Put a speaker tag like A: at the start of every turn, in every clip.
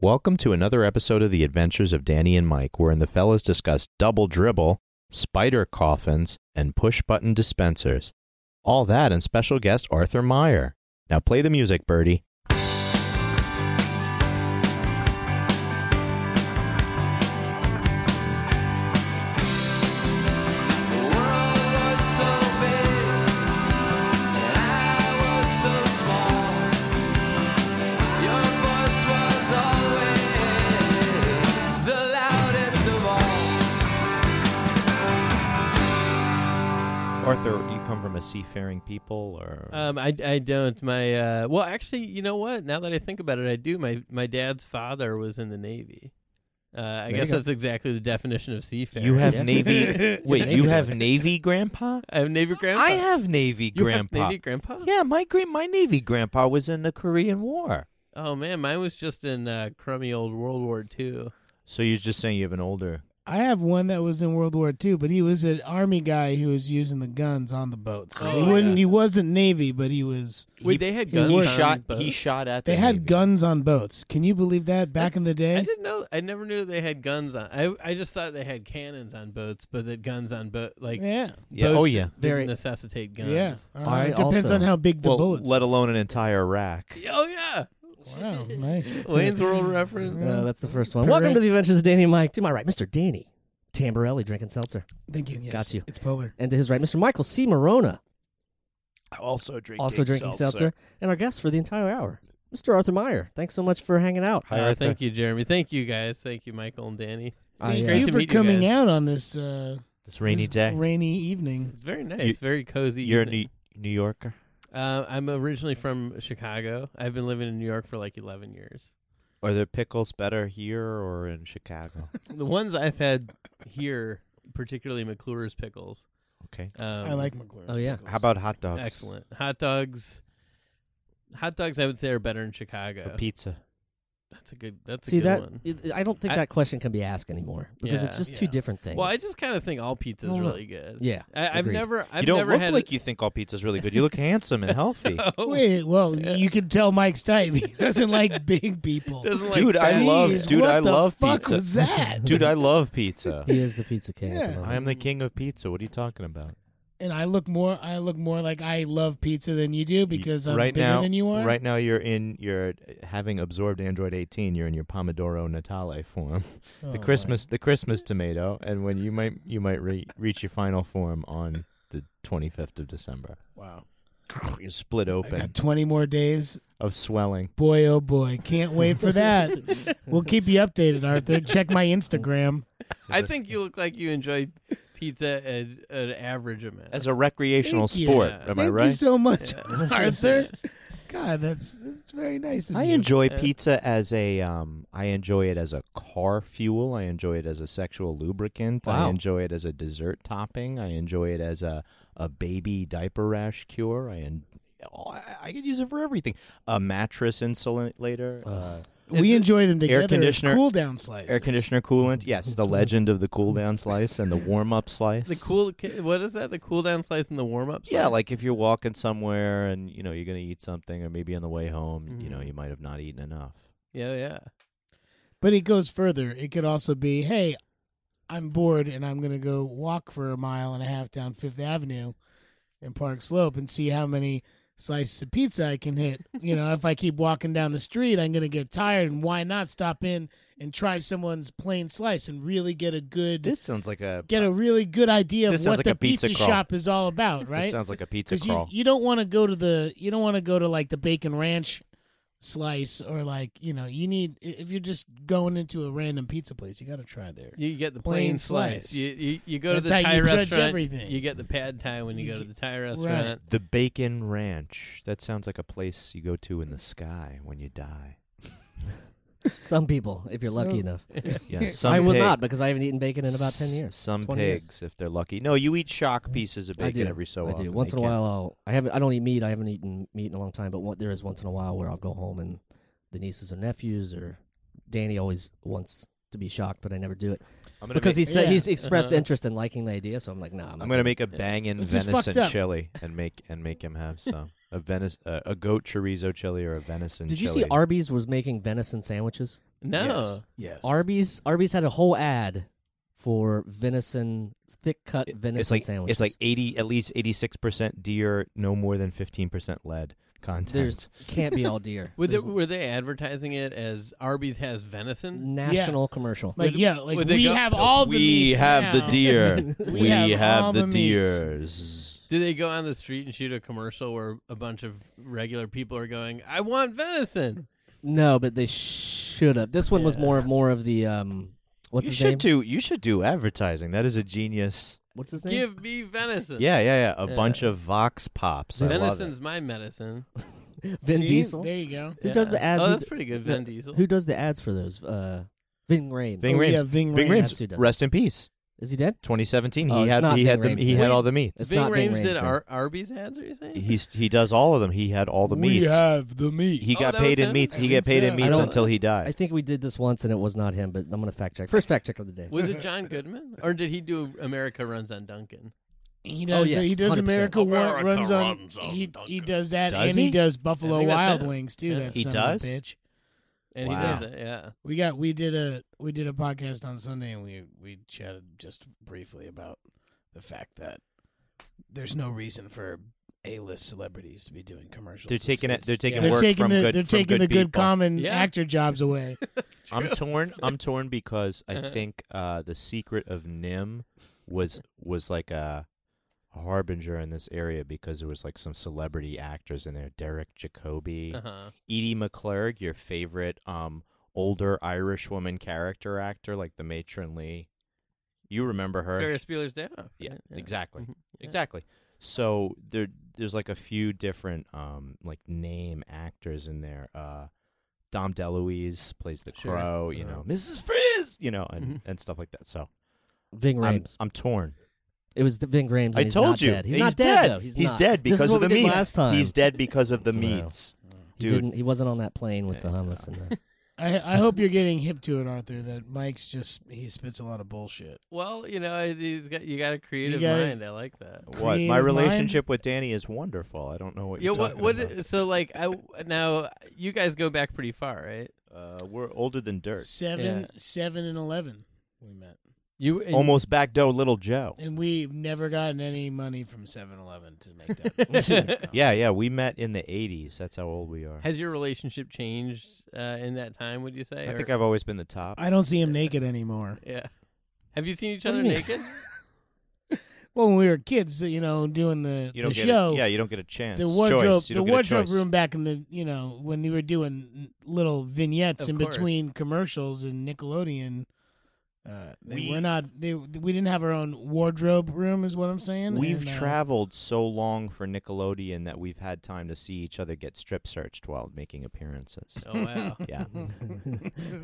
A: Welcome to another episode of The Adventures of Danny and Mike, wherein the fellas discuss double dribble, spider coffins, and push button dispensers. All that and special guest Arthur Meyer. Now play the music, Birdie. Arthur, you come from a seafaring people, or
B: Um, I, I don't. My uh, well, actually, you know what? Now that I think about it, I do. My my dad's father was in the Navy. Uh, I
A: you
B: guess
A: go.
B: that's exactly the definition of seafaring.
A: you have
C: Yeah.
A: navy? Wait, you have navy grandpa?
B: I have Navy grandpa.
A: I have navy
B: You have
A: grandpa.
B: Navy grandpa.
A: Yeah, my gra- my navy grandpa was in the Korean War.
B: Oh man, mine was just in uh, crummy old World War II.
A: So you're just saying you have an older.
C: I have one that was in World War II, but he was an army guy who was using the guns on the boat. So he
B: Oh,
C: wouldn't.
B: yeah.
C: He wasn't Navy, but he was.
B: Wait, they had
C: guns
A: He
C: on
A: shot.
B: boats.
A: He shot at.
C: They
A: the
C: had
A: Navy.
C: guns on boats. Can you believe that back in the
B: I
C: day?
B: didn't know. I never knew they had guns on. I I just thought they had cannons on boats, but that guns on boat like
C: Yeah,
A: Yeah.
B: boats
A: Oh yeah.
B: didn't
D: Very-
B: necessitate guns.
C: yeah. Uh,
D: I
C: it depends
D: also-
C: on how big the
A: well,
C: bullets.
A: let alone an entire rack.
B: Oh yeah.
C: wow, nice.
B: Wayne's World reference.
C: Mm.
D: No, Uh, that's the first one.
C: Correct.
D: Welcome to the Adventures of Danny and Mike. To my right, Mr. Danny Tamborelli drinking seltzer,
C: Thank you. Yes.
D: Got you.
C: It's polar.
D: and to his right, Mr. Michael C. Morona,
E: also drinking
D: also drinking seltzer. and our guest for the entire hour, Mr. Arthur Meyer. Thanks so much for hanging out.
B: Uh, thank you, Jeremy. Thank you guys. Thank you, Michael and Danny.
D: I,
C: Thank
D: uh,
B: Great
C: you
B: to
C: for
B: meet you
C: coming
B: guys.
C: out on this uh,
A: This Ah, rainy
C: this
A: day.
C: rainy evening.
B: It's very nice, very cozy.
A: You're a
B: evening.
A: New, New Yorker.
B: Uh, I'm originally from Chicago. I've been living in New York for like 11 years.
A: Are the pickles better here or in Chicago?
B: The ones I've had here, particularly McClure's pickles.
A: Okay.
B: Um,
C: I like McClure.
D: oh, yeah.
A: How about hot dogs?
B: excellent hot dogs. Hot dogs, I would say, are better in
A: Or
B: Chicago.
A: pizza.
B: that's a good. That's
D: See
B: a good
D: that?
B: one.
D: it- I don't think
B: I-
D: that question can be asked anymore because it's
B: Yeah.
D: just two
C: Yeah.
D: different things.
B: Well, I just kind of think all pizza is
D: Well, no.
B: really good.
D: yeah.
B: I, I've
D: agreed.
B: never. I've
A: you don't
B: never
A: look
B: had
A: like you think all pizza's really good. You look handsome and healthy.
B: Oh,
C: Wait, well, you can tell Mike's type. He doesn't like big people.
B: doesn't like
A: Dude, I
B: fat.
A: love-
C: Jeez,
A: dude,
C: what
A: I
C: the
A: love
C: fuck
A: pizza.
C: Was that?
A: Dude, I love pizza.
D: He is the pizza king. At
C: Yeah.
D: the moment.
A: I am the king of pizza. What are you talking about?
C: and I look more I look more like I love pizza than you do because I'm
A: right
C: bigger
A: now,
C: than you are.
A: Right now, you're in. You're having absorbed Android 18. You're in your Pomodoro Natale form,
C: Oh,
A: the Christmas, the Christmas tomato, and when you might you might re- reach your final form on the 25th of December.
C: Wow.
A: You split
C: I
A: open
C: got 20 more days.
A: of swelling.
C: Boy, oh boy. Can't wait for that. we'll keep you updated, Arthur. Check my Instagram.
B: I think you look like you enjoy pizza as an average amount.
A: as a recreational
C: Thank you.
A: sport. Am
B: Yeah.
A: I
C: Thank you
A: right?
C: so much, Arthur. God, that's, that's very nice of
A: I
C: you.
A: enjoy
B: Uh,
A: pizza as a um I enjoy it as a car fuel, I enjoy it as a sexual lubricant, I
D: Wow.
A: enjoy it as a dessert topping, I enjoy it as a a baby diaper rash cure. I en- oh, I- I could use it for everything. A mattress insulator, uh,
C: we enjoy them together.
A: conditioner-
C: Cool down slice.
A: air conditioner coolant. Yes, the legend of the cool down slice and the warm up slice.
B: The cool, what is that? The cool down slice and the warm up.
A: Yeah, like if you're walking somewhere and you know you're gonna eat something, or maybe on the way home, you know
B: Mhm.
A: you might have not eaten enough.
B: yeah, yeah.
C: But it goes further. It could also be, hey, I'm bored and I'm going to go walk for a mile and a half down Fifth Avenue in Park Slope and see how many slices of pizza I can hit. You know, if I keep walking down the street, I'm going to get tired. And why not stop in and try someone's plain slice and really get a good
A: This sounds like a
C: get a really good idea
A: This
C: of
A: sounds
C: what
A: like
C: the
A: a pizza crawl.
C: shop is all about,
A: It
C: right?
A: sounds like a pizza
C: Because you,
A: crawl.
C: you don't want to go to the you don't want to go to like the bacon ranch slice or like you know you need i- if you're just going into a random pizza place you got to try there.
B: You get the plain,
C: Plain
B: slice.
C: slice.
B: You, you you go to
C: That's
B: the
C: how
B: Thai
C: you judge
B: restaurant.
C: everything.
B: You get the pad Thai when you,
C: You
B: go to
C: get-
B: the Thai restaurant.
A: the Bacon Ranch. That sounds like a place you go to in the sky when you die.
D: some people, if you're lucky
C: So-
D: enough,
A: Yeah, some
D: I will
A: pig-
D: not because I haven't eaten bacon in about ten
A: s-
D: years.
A: Some
D: 20 years.
A: pigs, if they're lucky. No, you eat shock pieces of
D: I
A: bacon
D: do.
A: every so
D: I
A: often.
D: do. Once
A: They
D: in a
A: can-
D: while, I'll, I haven't. I don't eat meat. I haven't eaten meat in a long time. But what, there is once in a while where I'll go home and the nieces or nephews or Danny always wants to be shocked, but I never do it
A: I'm gonna
D: because
A: make,
D: he said
C: Yeah.
D: he's expressed
B: Uh-huh.
D: interest in liking the idea. So I'm like, nah. I'm,
A: I'm
D: not
A: gonna make a
B: Yeah.
A: bangin'
C: Which is fucked
A: venison
C: up.
A: chili and make and make him have some a venison uh, a goat chorizo chili or a venison.
D: Did you
A: chili.
D: see Arby's was making venison sandwiches?
B: No.
E: Yes. yes.
D: Arby's Arby's had a whole ad for venison, thick cut venison
A: it's like
D: sandwiches.
A: it's like eighty, at least eighty six percent deer, no more than fifteen percent lead content.
D: there's can't be all deer.
B: Were they,
D: There's
B: were they advertising it as Arby's has venison?
D: national commercial.
C: Like
B: Would-
C: yeah, like
B: would they
C: we
B: go-
C: have all the
A: we
C: meats
A: have the
C: now.
A: deer.
C: We
A: we,
C: have
A: have,
C: all
A: the,
C: the meats.
A: deers.
B: Did they go on the street and shoot a commercial where a bunch of regular people are going, "I want venison"?
D: no, but they should have. This one was
B: Yeah.
D: more of more of the um what's
A: you
D: his
A: should
D: name?
A: do. You should do advertising. That is a genius.
D: What's his name?
B: Give me venison.
A: Yeah, yeah, yeah. A
B: Yeah.
A: bunch of vox pops. I love it.
B: venison's my medicine.
D: Vin
C: See?
D: Diesel.
C: There you go.
D: Who does
B: Yeah.
D: the ads
B: Oh,
D: with-
B: that's pretty good, Vin Diesel.
D: Who does the ads for those? Uh Vin Rames.
A: Ving
C: Oh,
A: Rhames.
C: yeah, Ving
A: Bing
C: Rhames.
A: Rhames,
D: Who does it?
A: rest in peace.
D: Is he dead?
A: 2017.
D: Oh,
A: he
D: it's
A: had
D: not
A: he
D: Bing
A: had the
D: Rhames
A: he
D: then.
A: had all the meats.
D: It's
B: Ving
D: not Vin
B: Rhames
D: Rames
B: did
D: then.
B: Ar- Arby's ads. Are you saying?
A: He's he does all of them. He had all the
C: we
A: meats.
C: have the meat.
A: He
B: Oh,
A: got
B: that was
A: paid in
B: him?
A: meats. He got
C: It's,
A: paid
C: uh,
A: in
D: I
A: meats
D: don't-
A: until he died.
D: I think we did this once and it was not him, but I'm gonna fact check. First fact check of the day.
B: Was it John Goodman, or did he do America Runs on Duncan?
C: He
A: Oh,
C: does.
D: yes,
C: he does
D: 100%.
C: America, One-
E: America
C: runs on.
E: runs on
C: he he
E: Dunkin'.
C: does that,
A: Does
C: and
A: he?
C: he does Buffalo
B: I think that's
C: Wild
B: it.
C: Wings too.
B: Yeah.
C: That
A: He
C: son
A: does?
C: Of a bitch.
B: And he
A: Wow.
B: does it. Yeah.
C: We got we did a we did a podcast on Sunday, and we we chatted just briefly about the fact that there's no reason for a list celebrities to be doing commercials.
A: They're taking it-
C: It's-
A: they're
C: it's-
A: taking
C: they're
A: work
C: taking
A: from
C: the
A: good-
C: they're
A: from
C: taking
A: good
C: the good
A: people.
C: common
B: Yeah.
C: actor jobs away.
B: That's true.
A: I'm torn. I'm torn because I
B: Uh-huh.
A: think uh, the secret of Nim was was like a harbinger in this area because there was like some celebrity actors in there. Derek Jacobi,
B: Uh-huh.
A: Edie McClurg, your favorite um, older Irish woman character actor, like the matronly. You remember her?
B: Ferris Bueller's Day Off.
A: yeah,
B: right?
A: exactly,
D: Mm-hmm.
B: Mhm. Yeah.
A: exactly. So there, there's like a few different um, like name actors in there. Uh, Dom DeLuise plays the
B: Sure.
A: crow, you
B: Uh-huh.
A: know, Mrs. Frizz, you know, and,
B: Mhm.
D: Mm-hmm.
A: and stuff like that. So
D: Ving
A: I'm,
D: Rames.
A: I'm torn.
D: It was the Ving Rames. And
A: I
D: he's
A: told
D: not
A: you,
D: dead. He's, not dead. though. He's, not.
A: dead
D: This is
A: because of
D: what
A: the
D: we did
A: meats.
D: last time.
A: He's dead because of the
D: Wow.
A: meats,
D: He
A: dude.
D: didn't. He wasn't on that plane with the
A: Yeah.
D: homeless. And the,
C: I I hope you're getting hip to it, Arthur. That Mike's just he spits a lot of bullshit.
B: Well, you know, he's got you got a creative
C: gotta-
B: mind. I like that.
A: What
C: Creative
A: my
C: mind?
A: relationship with Danny is wonderful. I don't know what
B: Yeah,
A: you're
B: what
A: talking
B: what
A: about.
B: so like I now you guys go back pretty far, right?
A: Uh, we're older than dirt.
C: Seven,
B: Yeah.
C: seven, and eleven. We met,
B: You and-
A: Almost backdoor little Joe.
C: and we've never gotten any money from 7-Eleven to make that.
A: Yeah, yeah. We met in the '80s. That's how old we are.
B: has your relationship changed uh, in that time, would you say?
A: I
B: or-
A: think I've always been the top.
C: I don't see him naked anymore.
B: Yeah. Have you seen each
D: What do
B: other
D: you mean?
B: naked?
C: Well, when we were kids, you know, doing the,
A: You
C: the
A: don't get
C: show,
A: A, yeah, you don't get a chance.
C: the wardrobe,
A: choice. You
C: the
A: don't get a
C: wardrobe
A: choice.
C: room back in the, you know, when they were doing little vignettes
B: Of
C: in
B: course.
C: between commercials and Nickelodeon. Uh, they
A: We-
C: were not. They we didn't have our own wardrobe room, is what I'm saying.
A: We've
C: and, uh,
A: traveled so long for Nickelodeon that we've had time to see each other get strip searched while making appearances.
B: Oh wow.
A: Yeah,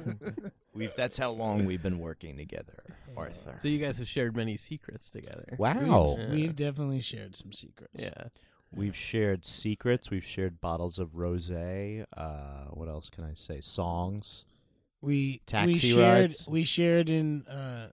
A: we've. That's how long we've been working together, Arthur.
B: so you guys have shared many secrets together.
A: Wow,
B: Yeah.
C: We've definitely shared some secrets.
B: Yeah.
A: we've shared secrets. We've shared bottles of rosé. Uh, what else can I say? Songs.
C: We we
A: Taxi
C: shared
A: rides.
C: we shared in uh,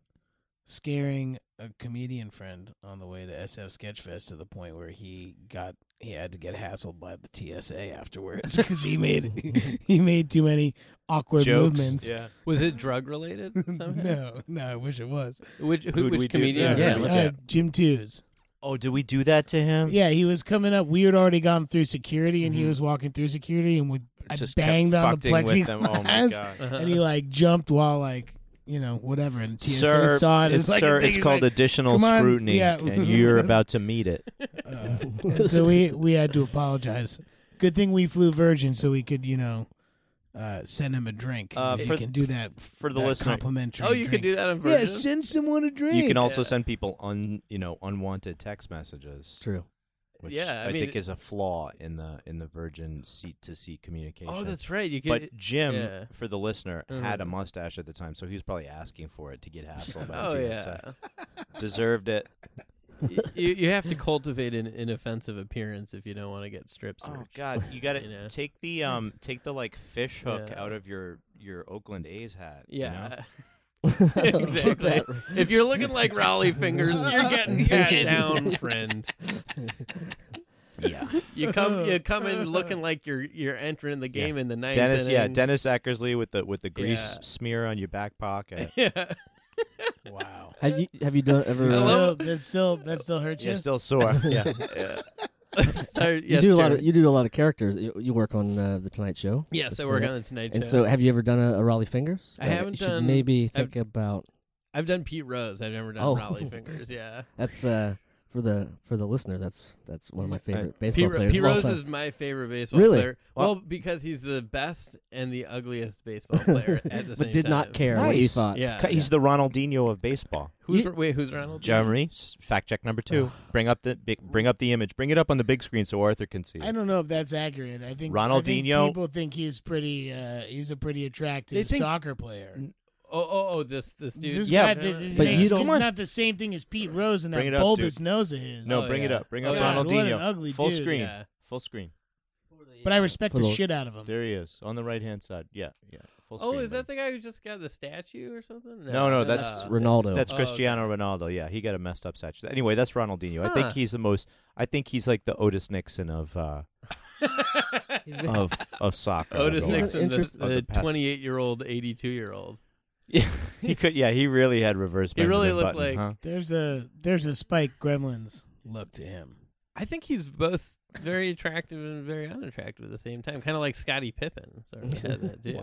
C: scaring a comedian friend on the way to SF Sketchfest to the point where he got he had to get hassled by the TSA afterwards because he made he made too many awkward
A: Jokes.
C: movements.
A: Yeah.
B: Was it drug related somehow?
C: no, no, I wish it was.
B: Which who,
A: Who'd we
B: which
A: do
B: comedian?
A: that?
D: Yeah, let's-
C: uh, Jim Tews.
A: Oh, did we do that to him?
C: Yeah, he was coming up. We had already gone through security, and he was walking through security, and we I
A: Mm-hmm. Just kept
C: banged on the
A: fucking with them. Oh my
C: plexiglass,
A: god.
B: Uh-huh.
C: and he like jumped while like you know whatever, and TSA
A: sir,
C: saw it.
A: it's,
C: like a
A: sir,
C: thing.
A: it's
C: He's
A: called
C: like,
A: additional
C: "Come on,
A: scrutiny,
C: yeah."
A: and you're about to meet it.
C: Uh, so we we had to apologize. Good thing we flew Virgin, so we could you know uh, send him a drink.
A: Uh,
C: you
A: for-
C: can do that
A: For the
C: that
A: listener,
C: Complimentary.
B: oh, you
C: drink.
B: could do that in
C: Yeah,
B: version.
C: send someone a drink.
A: you can also
B: Yeah.
A: send people un you know unwanted text messages,
D: True.
A: which
B: Yeah, I
A: I,
B: mean-
A: think is a flaw in the in the Virgin seat to seat communication.
B: oh, that's right. You could
A: But Jim,
B: yeah.
A: for the listener, had a
B: Mhm.
A: mustache at the time, so he was probably asking for it to get hassled by
B: Oh
A: TSA.
B: yeah.
A: Deserved it.
B: you, you have to cultivate an inoffensive appearance if you don't want to get strips.
A: Oh God, you got to
B: You know?
A: take the um take the like fish hook
B: Yeah.
A: out of your your Oakland A's hat. you
B: Yeah.
A: know?
B: exactly. if you're looking like Raleigh fingers, you're getting cat down, friend.
A: Yeah.
B: You come you come in looking like you're you're entering the game in the ninth.
A: Dennis, yeah,
B: inning.
A: Dennis Eckersley with the with the grease
B: Yeah.
A: smear on your back pocket.
B: yeah.
C: Wow.
D: Have you have you done ever? uh,
C: That
B: Hello?
C: still, that still that still hurts
A: Yeah,
C: you.
A: still sore. Yeah.
B: yeah. Sorry,
D: you
B: yes,
D: do a lot of
B: Jared.
D: you do a lot of characters. You, you work on uh, the Tonight Show.
B: Yes, I
D: So
B: work
D: that-
B: on the Tonight
D: And
B: Show.
D: so, have you ever done a, a Raleigh Fingers?
B: I
D: Like,
B: haven't
D: you should
B: done-
D: Maybe
B: I've-
D: think about
B: I've done Pete Rose. I've never done
D: Oh.
B: Raleigh Fingers. Yeah,
D: that's uh, for the for the listener. That's that's one of my
A: Yeah, I-
D: favorite baseball
B: Pete, Ro-
D: players.
B: Pete
D: of all
B: Rose
D: time.
B: is my favorite baseball
D: Really?
B: player. Well, because he's the best and the ugliest baseball player at the same time.
D: but did not care what you
A: Nice.
D: thought.
B: Yeah,
A: He's the Ronaldinho of baseball.
B: Who's
D: You-
B: wait? Who's Ronald?
A: Germany, s- fact check number two. bring up the big, bring up the image. Bring it up on the big screen so Arthur can see.
C: I
A: it.
C: don't know if that's accurate. I think I think
A: Ronaldinho-
C: people think he's pretty. Uh, he's a pretty
A: They
C: attractive
A: think-
C: soccer player.
B: Oh, oh, oh! This this dude.
C: This
A: Yeah,
C: guy, that,
D: But
C: but
D: you
C: you
D: don't-
C: It's
A: Come on.
C: not the same thing as Pete Rose and
A: Bring
C: that
A: it up,
C: bulbous nose of his.
A: No,
B: Oh,
A: bring it
B: yeah.
A: up. Bring up
B: God,
A: Ronaldinho.
C: what an ugly
A: Full
C: dude.
A: screen.
B: Yeah.
A: Full screen.
C: but I respect
D: For
C: the
D: those-
C: shit out of him.
A: There he is on the right hand side. Yeah, yeah. Full
B: Oh,
A: screen,
B: is
A: bring-
B: that the guy who just got the statue or something?
A: No, no, that's
D: That's Ronaldo.
A: uh, That's
B: Oh,
A: Cristiano Ronaldo. Yeah, he got a messed up statue. Anyway, that's Ronaldinho. I
B: Huh.
A: think he's the most. I think he's like the Otis Nixon of uh, of of soccer.
B: Otis
A: I'd go with.
D: an
B: Nixon,
D: interest-
A: of the
B: the
A: past.
B: twenty-eight-year-old, eighty-two-year-old.
A: Yeah, he could. Yeah, he really had reverse.
B: He really
A: Benjamin
B: looked
A: Button,
B: like-
A: huh?
C: There's a there's a Spike Gremlins look to him.
B: I think he's both very attractive and very unattractive at the same time, kind of like Scottie Pippen. Sort of had that, too.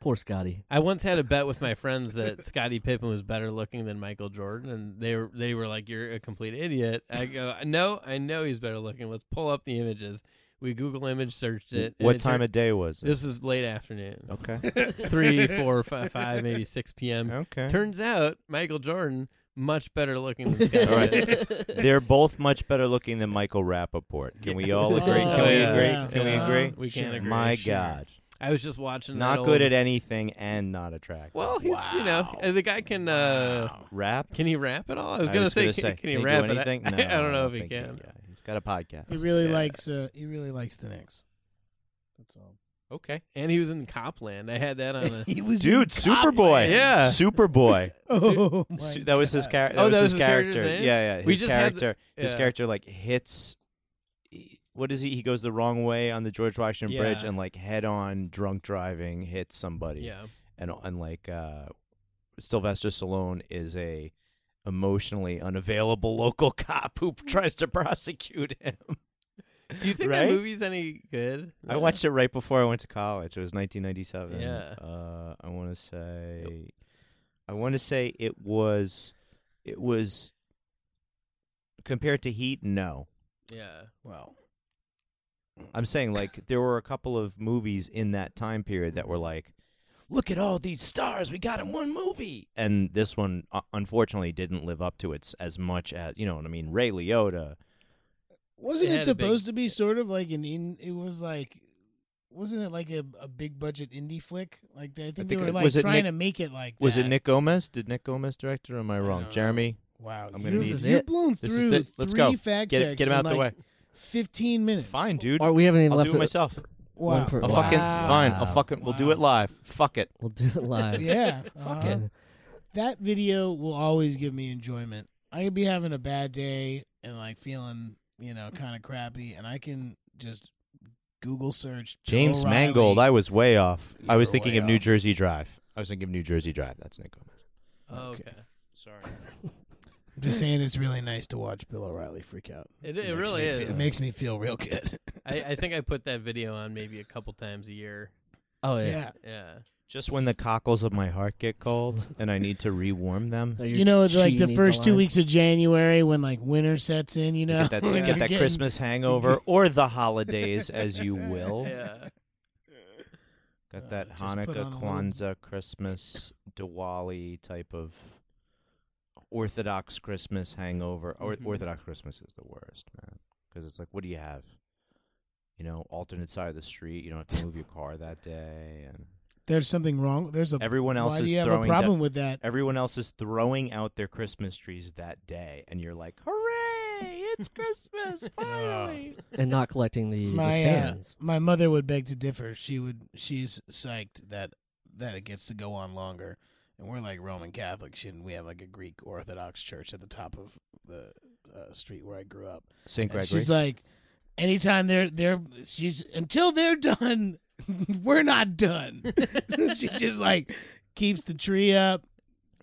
D: Poor Scotty.
B: I once had a bet with my friends that Scottie Pippen was better looking than Michael Jordan, and they were they were like, "You're a complete idiot." I go, "No, I know he's better looking. Let's pull up the images." We Google image searched it. and
A: What
B: it
A: time
B: turned-
A: of day was it?
B: This is late afternoon,
A: Okay.
B: three, four, five, five, maybe six p.m.
A: Okay.
B: Turns out Michael Jordan much better looking than Scottie.
A: All right.
B: Pippen.
A: They're both much better looking than Michael Rappaport. Can we all agree? Can
C: Oh,
A: we
C: yeah.
A: agree?
C: Yeah.
A: Can
C: Yeah.
A: we agree?
B: We can't agree.
A: My
C: Sure.
A: God.
B: I was just watching.
A: Not
B: that
A: good
B: old-
A: at anything and not attractive.
B: Well, he's you know uh, the guy can. uh
A: Rap?
B: Can he rap at all? I was
A: I
B: gonna
A: was
B: say,
A: gonna
B: can, can
A: do
B: he rap? but I-
A: anything?
B: I,
A: No,
B: don't know if he
A: think
B: can.
A: yeah, he's got a podcast.
C: He really
A: Yeah.
C: likes uh, he really likes the Knicks. That's all.
A: Okay.
B: And he was in Copland. I had that on a.
C: He was
A: Dude, Superboy.
B: Yeah.
A: Superboy.
C: Oh my
A: Su- that was his
C: God.
A: character.
B: Oh,
A: that
B: that
A: was his
B: was his character's
A: character.
B: name?
A: Yeah, yeah.
B: We
A: His
B: just had the-
A: character. His
B: yeah.
A: character like hits. e, What is he? He goes the wrong way on the George Washington
B: Yeah.
A: Bridge and like head on drunk driving hits somebody.
B: yeah.
A: and and like uh, Sylvester Stallone is a emotionally unavailable local cop who tries to prosecute him.
B: Mm. Do you think
A: Right?
B: that movie's any good?
A: I watched it right before I went to college. It was 1997.
B: Yeah.
A: Uh, I want to say, I want to say it was, it was compared to Heat. No,
B: Yeah.
C: Well,
A: I'm saying like there were a couple of movies in that time period that were like, look at all these stars we got in one movie, and this one uh, unfortunately didn't live up to it as much as you know what I mean. Ray Liotta,
C: wasn't
B: It
C: it,
B: had a big-
C: supposed to be sort of like an in? It was like, wasn't it like a, a big budget indie flick? Like they, I, think
A: think
C: they were
A: it-
C: like
A: was it
C: trying
A: Nick-
C: to make it like.
A: was it
C: that.
A: Nick Gomez? Did Nick Gomez direct it? Or am I wrong?
C: don't know.
A: Jeremy,
C: Wow,
A: I'm gonna
C: you're,
A: need-
D: This is
C: you're
D: it.
C: blown
A: This is
C: through
A: it. Let's
C: 3
A: go.
C: fact
A: get it,
C: checks
A: get him out
C: in
A: the way.
C: like fifteen minutes.
A: Fine, dude.
D: Or we haven't even
A: I'll
D: left
A: do it myself.
C: Wow.
D: One for-
A: I'll
D: Wow.
A: fucking fine. I'll fucking. We'll do it
C: Wow.
A: live. Fuck it.
D: We'll do it live.
C: Yeah. uh-huh. That video will always give me enjoyment. I could be having a bad day and like feeling, you know, kind of crappy, and I can just Google search Bill
A: James
C: O'Reilly.
A: Mangold. I was way off.
C: You
A: I was
C: were
A: thinking
C: way
A: of New
C: off.
A: Jersey Drive. I was thinking of New Jersey Drive. That's Nick Gomez.
B: Okay.
A: Sorry.
C: I'm just saying, it's really nice to watch Bill O'Reilly freak out.
B: It, it
C: makes
B: really
C: me fe-
B: is.
C: it makes me feel real good.
B: I, I think I put that video on maybe a couple times a year.
D: Oh yeah.
C: yeah.
B: Yeah.
A: Just when the cockles of my heart get cold and I need to rewarm them.
D: Now
A: You
D: your
C: You know, it's like
D: chi
C: the
D: needs
C: first two
D: aligned.
C: weeks of January when like winter sets in. You know,
A: get that, you
C: when
A: get
C: you're
A: that
C: getting-
A: Christmas hangover or the holidays as you will.
B: Yeah.
A: Got that
C: Uh, just
A: Hanukkah,
C: put on a little-
A: Kwanzaa, Christmas, Diwali type of Orthodox Christmas hangover. Or
C: Mm-hmm.
B: Mhm.
A: Orthodox Christmas is the worst, man. Because it's like, what do you have? You know, alternate side of the street. You don't have to move your car that day, and
C: There's something wrong. There's a
A: everyone else
C: why
A: is
C: do you have
A: throwing.
C: a
A: down-
C: problem with that?
A: everyone else is throwing out their Christmas trees that day, and you're like, "Hooray! It's Christmas finally!"
D: and not collecting the, the
C: my uh,
D: stands.
C: my mother would beg to differ. She would she's psyched that that it gets to go on longer, and we're like Roman Catholics, and we have like a Greek Orthodox church at the top of the uh, street where I grew up.
A: Saint
C: And
A: Gregory.
C: she's like, anytime they're they're she's until they're done, we're not done. she just like keeps the tree up.